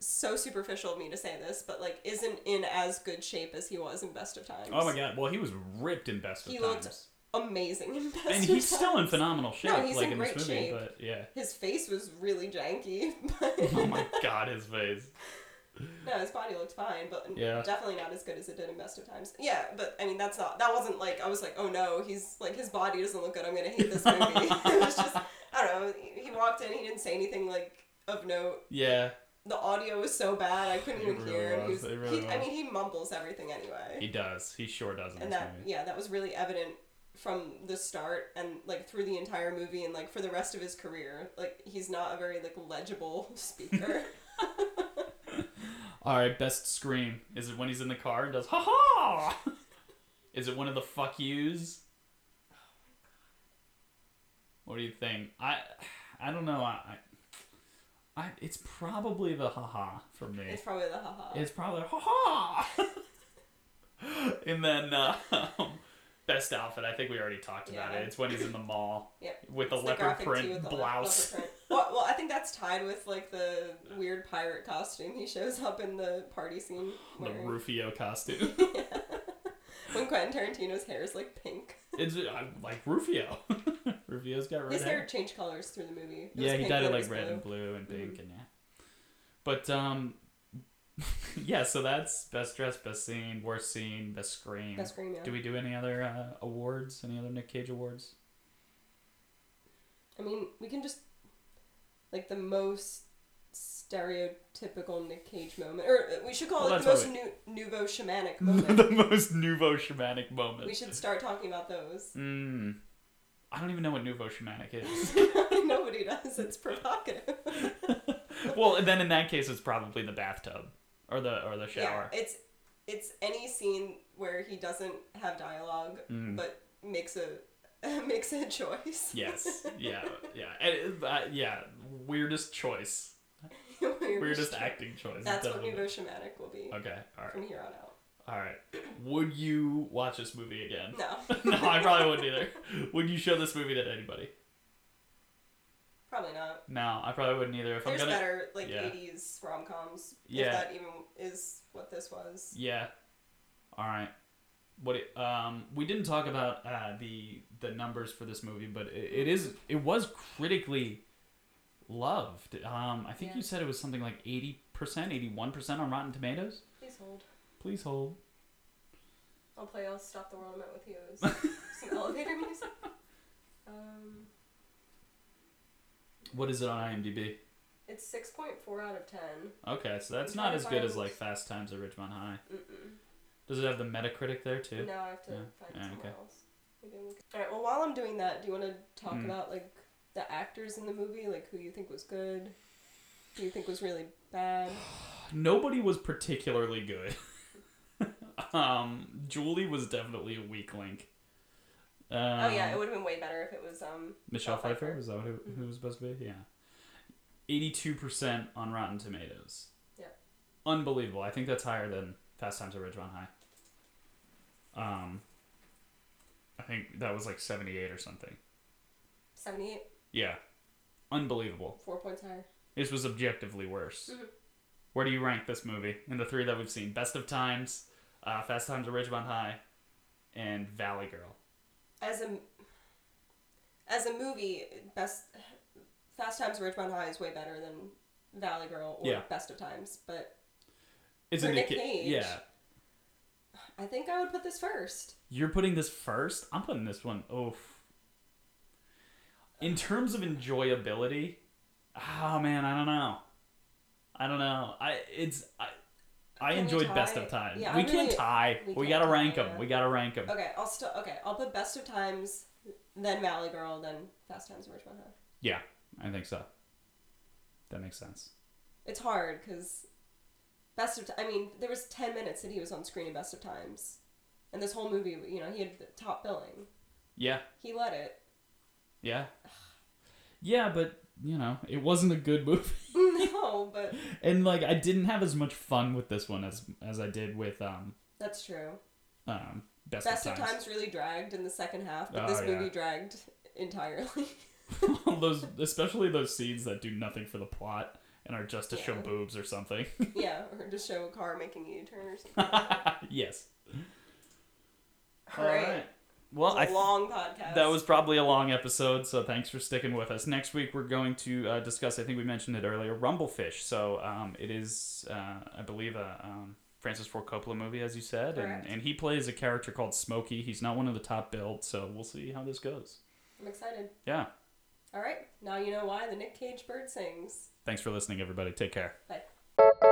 S2: so superficial of me to say this, but like, isn't in as good shape as he was in Best of Times.
S1: Oh my god! Well, he was ripped in Best of
S2: He
S1: Times,
S2: looked Amazing. In Best
S1: and
S2: of
S1: he's still in
S2: Times.
S1: phenomenal shape,
S2: No, he's
S1: like
S2: in
S1: in, this
S2: great
S1: movie.
S2: shape.
S1: But yeah,
S2: His face was really janky. [LAUGHS] But
S1: oh my god, his face.
S2: No, his body looked fine, but
S1: Yeah.
S2: definitely not as good as it did in Best of Times. Yeah, but I mean, that's not that wasn't like I was like, oh no, he's like his body doesn't look good. I'm gonna hate this movie. [LAUGHS] it was just I don't know. He walked in, he didn't say anything like of note.
S1: Yeah,
S2: The audio was so bad I couldn't
S1: It
S2: even
S1: really
S2: hear. him. He
S1: was,
S2: was-
S1: it really
S2: he- I
S1: was.
S2: mean, he mumbles everything anyway,
S1: he does. He sure does in
S2: and
S1: this
S2: that
S1: movie.
S2: yeah, that was really evident from the start and like through the entire movie and like for the rest of his career. Like he's not a very like legible [LAUGHS]
S1: [LAUGHS]
S2: speaker.
S1: All right, best scream. Is it when he's in the car and does ha ha? [LAUGHS] Is it one of the fuck yous? What do you think? I, I don't know. I, I, I it's probably the ha ha for me.
S2: it's probably the haha.
S1: It's probably ha ha. [LAUGHS] and then uh, [LAUGHS] best outfit. I think we already talked about
S2: Yeah.
S1: it. It's when he's in the mall
S2: Yep.
S1: with the
S2: It's the
S1: leopard
S2: graphic tee
S1: print
S2: with the le-
S1: blouse.
S2: leopard print. well, well, I think that's tied with like the weird pirate costume he shows up in the party scene.
S1: The
S2: wearing.
S1: Rufio costume.
S2: When Quentin Tarantino's hair is like pink.
S1: it's I, like Rufio. [LAUGHS] Rufio's got red
S2: His
S1: hair.
S2: hair changed colors through the movie. It was
S1: yeah, he
S2: pink,
S1: dyed
S2: then
S1: it
S2: was
S1: like red
S2: blue.
S1: and blue and pink and yeah. But um, [LAUGHS] yeah. So that's best dress, best scene, worst scene, best scream.
S2: Best scream, yeah.
S1: Do we do any other uh, awards? Any other Nick Cage
S2: [LAUGHS]
S1: awards?
S2: I mean, we can just like the most stereotypical Nick Cage moment, or uh, we should call
S1: Well,
S2: it the
S1: that's
S2: most
S1: what
S2: nu-
S1: [LAUGHS]
S2: nouveau shamanic moment.
S1: the most nouveau shamanic moment.
S2: we should start talking about those. [LAUGHS]
S1: Mm. I don't even know what nouveau shamanic is. [LAUGHS]
S2: Nobody does. It's provocative. [LAUGHS]
S1: well, then in that case, it's probably the bathtub or the or the shower.
S2: Yeah, it's it's any scene where he doesn't have dialogue
S1: Mm.
S2: but makes a [LAUGHS] makes a choice. [LAUGHS]
S1: yes. Yeah. Yeah. And it- uh, yeah. Weirdest choice.
S2: Weirdest
S1: Weirdest
S2: choice.
S1: acting choice.
S2: That's what
S1: Definitely.
S2: Nouveau Shamanic will be
S1: Okay. All right.
S2: from here on out.
S1: All right. Would you watch this movie [LAUGHS] again?
S2: No.
S1: no,
S2: [LAUGHS]
S1: I probably wouldn't either. Would you show this movie to anybody?
S2: Probably not.
S1: No, I probably wouldn't either. If
S2: There's
S1: I'm gonna,
S2: better like
S1: yeah.
S2: 80s rom coms.
S1: Yeah.
S2: If that even is what this was.
S1: Yeah. All right. What it, um we didn't talk about uh, the the numbers for this movie, but it, it is it was critically loved. Um, I think
S2: Yeah.
S1: you said it was something like eighty percent, eighty one percent on Rotten Tomatoes.
S2: Please hold.
S1: Please hold.
S2: I'll play I'll Stop the World I'm With You.
S1: [LAUGHS]
S2: Some elevator music. Um,
S1: What is it on IMDb?
S2: it's 6.4 out of 10.
S1: Okay, so that's
S2: I'm
S1: not
S2: trying to
S1: as good as
S2: find-
S1: like Fast Times at Ridgemont High.
S2: Mm-mm.
S1: Does it have the Metacritic there too?
S2: No, I have to
S1: Yeah.
S2: find
S1: Yeah,
S2: somewhere
S1: okay.
S2: else. Maybe I'll look. All right. Well, while I'm doing that, do you want to talk
S1: Mm.
S2: about like the actors in the movie, like who you think was good, who you think was really bad?
S1: Nobody was particularly good. [LAUGHS] um, Julie was definitely a weak link. Um,
S2: oh yeah, it would have been way better if it was um
S1: Michelle
S2: Michelle
S1: Pfeiffer?
S2: Pfeiffer. Mm-hmm.
S1: Is that who, who it was supposed to be? Yeah. 82% on Rotten Tomatoes.
S2: Yep.
S1: Unbelievable. I think that's higher than Fast Times at Ridgemont High. Um, I think that was like 78 or something.
S2: seventy-eight,
S1: Yeah. Unbelievable.
S2: four points higher.
S1: This was objectively worse.
S2: Mhm.
S1: Where do you rank this movie in the three that we've seen? Best of Times, uh, Fast Times at Ridgemont High, and Valley Girl.
S2: As a as a movie, best Fast Times at Ridgemont High is way better than Valley Girl or
S1: Yeah.
S2: Best of Times, but
S1: It's
S2: For
S1: a Nick
S2: Nick
S1: Ca-
S2: Cage.
S1: Yeah.
S2: I think I would put this first.
S1: You're putting this first? I'm putting this one. Oof. In terms of enjoyability, ah man, I don't know. I don't know. I it's I I
S2: Can we
S1: enjoyed
S2: tie?
S1: Best of Time.
S2: Yeah,
S1: we
S2: I
S1: can't
S2: really-
S1: tie.
S2: we
S1: We,
S2: can't
S1: gotta
S2: tie,
S1: rank them.
S2: yeah.
S1: We gotta rank them.
S2: Okay, I'll still okay. I'll put Best of Times, then Valley Girl, then Fast Times at Ridgemont High.
S1: Yeah, I think so. That makes sense.
S2: It's hard because Best of Ti- I mean, there was ten minutes that he was on screen in Best of Times, and this whole movie, you know, he had the top billing.
S1: Yeah,
S2: He let it. [LAUGHS]
S1: yeah, yeah. But you know, it wasn't a good movie, [LAUGHS]
S2: no, but
S1: and like I didn't have as much fun with this one as as I did with um
S2: that's true.
S1: um Best,
S2: Best
S1: of
S2: of
S1: Times.
S2: Times really dragged in the second half, but
S1: Oh,
S2: this
S1: yeah.
S2: movie dragged entirely. [LAUGHS]
S1: [LAUGHS] All those, especially those scenes that do nothing for the plot and are just to show
S2: Yeah.
S1: boobs or something. [LAUGHS]
S2: yeah, or just show a car making a U-turn or something.
S1: yes.
S2: All right.
S1: Well, I
S2: It's a long podcast.
S1: That was probably a long episode, so thanks for sticking with us. Next week, we're going to uh, discuss, I think we mentioned it earlier, Rumblefish. So um, it is, uh, I believe, a um, Francis Ford Coppola movie, as you said. And,
S2: Correct.
S1: and he plays a character called Smokey. He's not one of the top billed, so we'll see how this goes.
S2: I'm excited.
S1: Yeah.
S2: All right, now you know why the Nick Cage bird sings.
S1: Thanks for listening, everybody. Take care.
S2: Bye.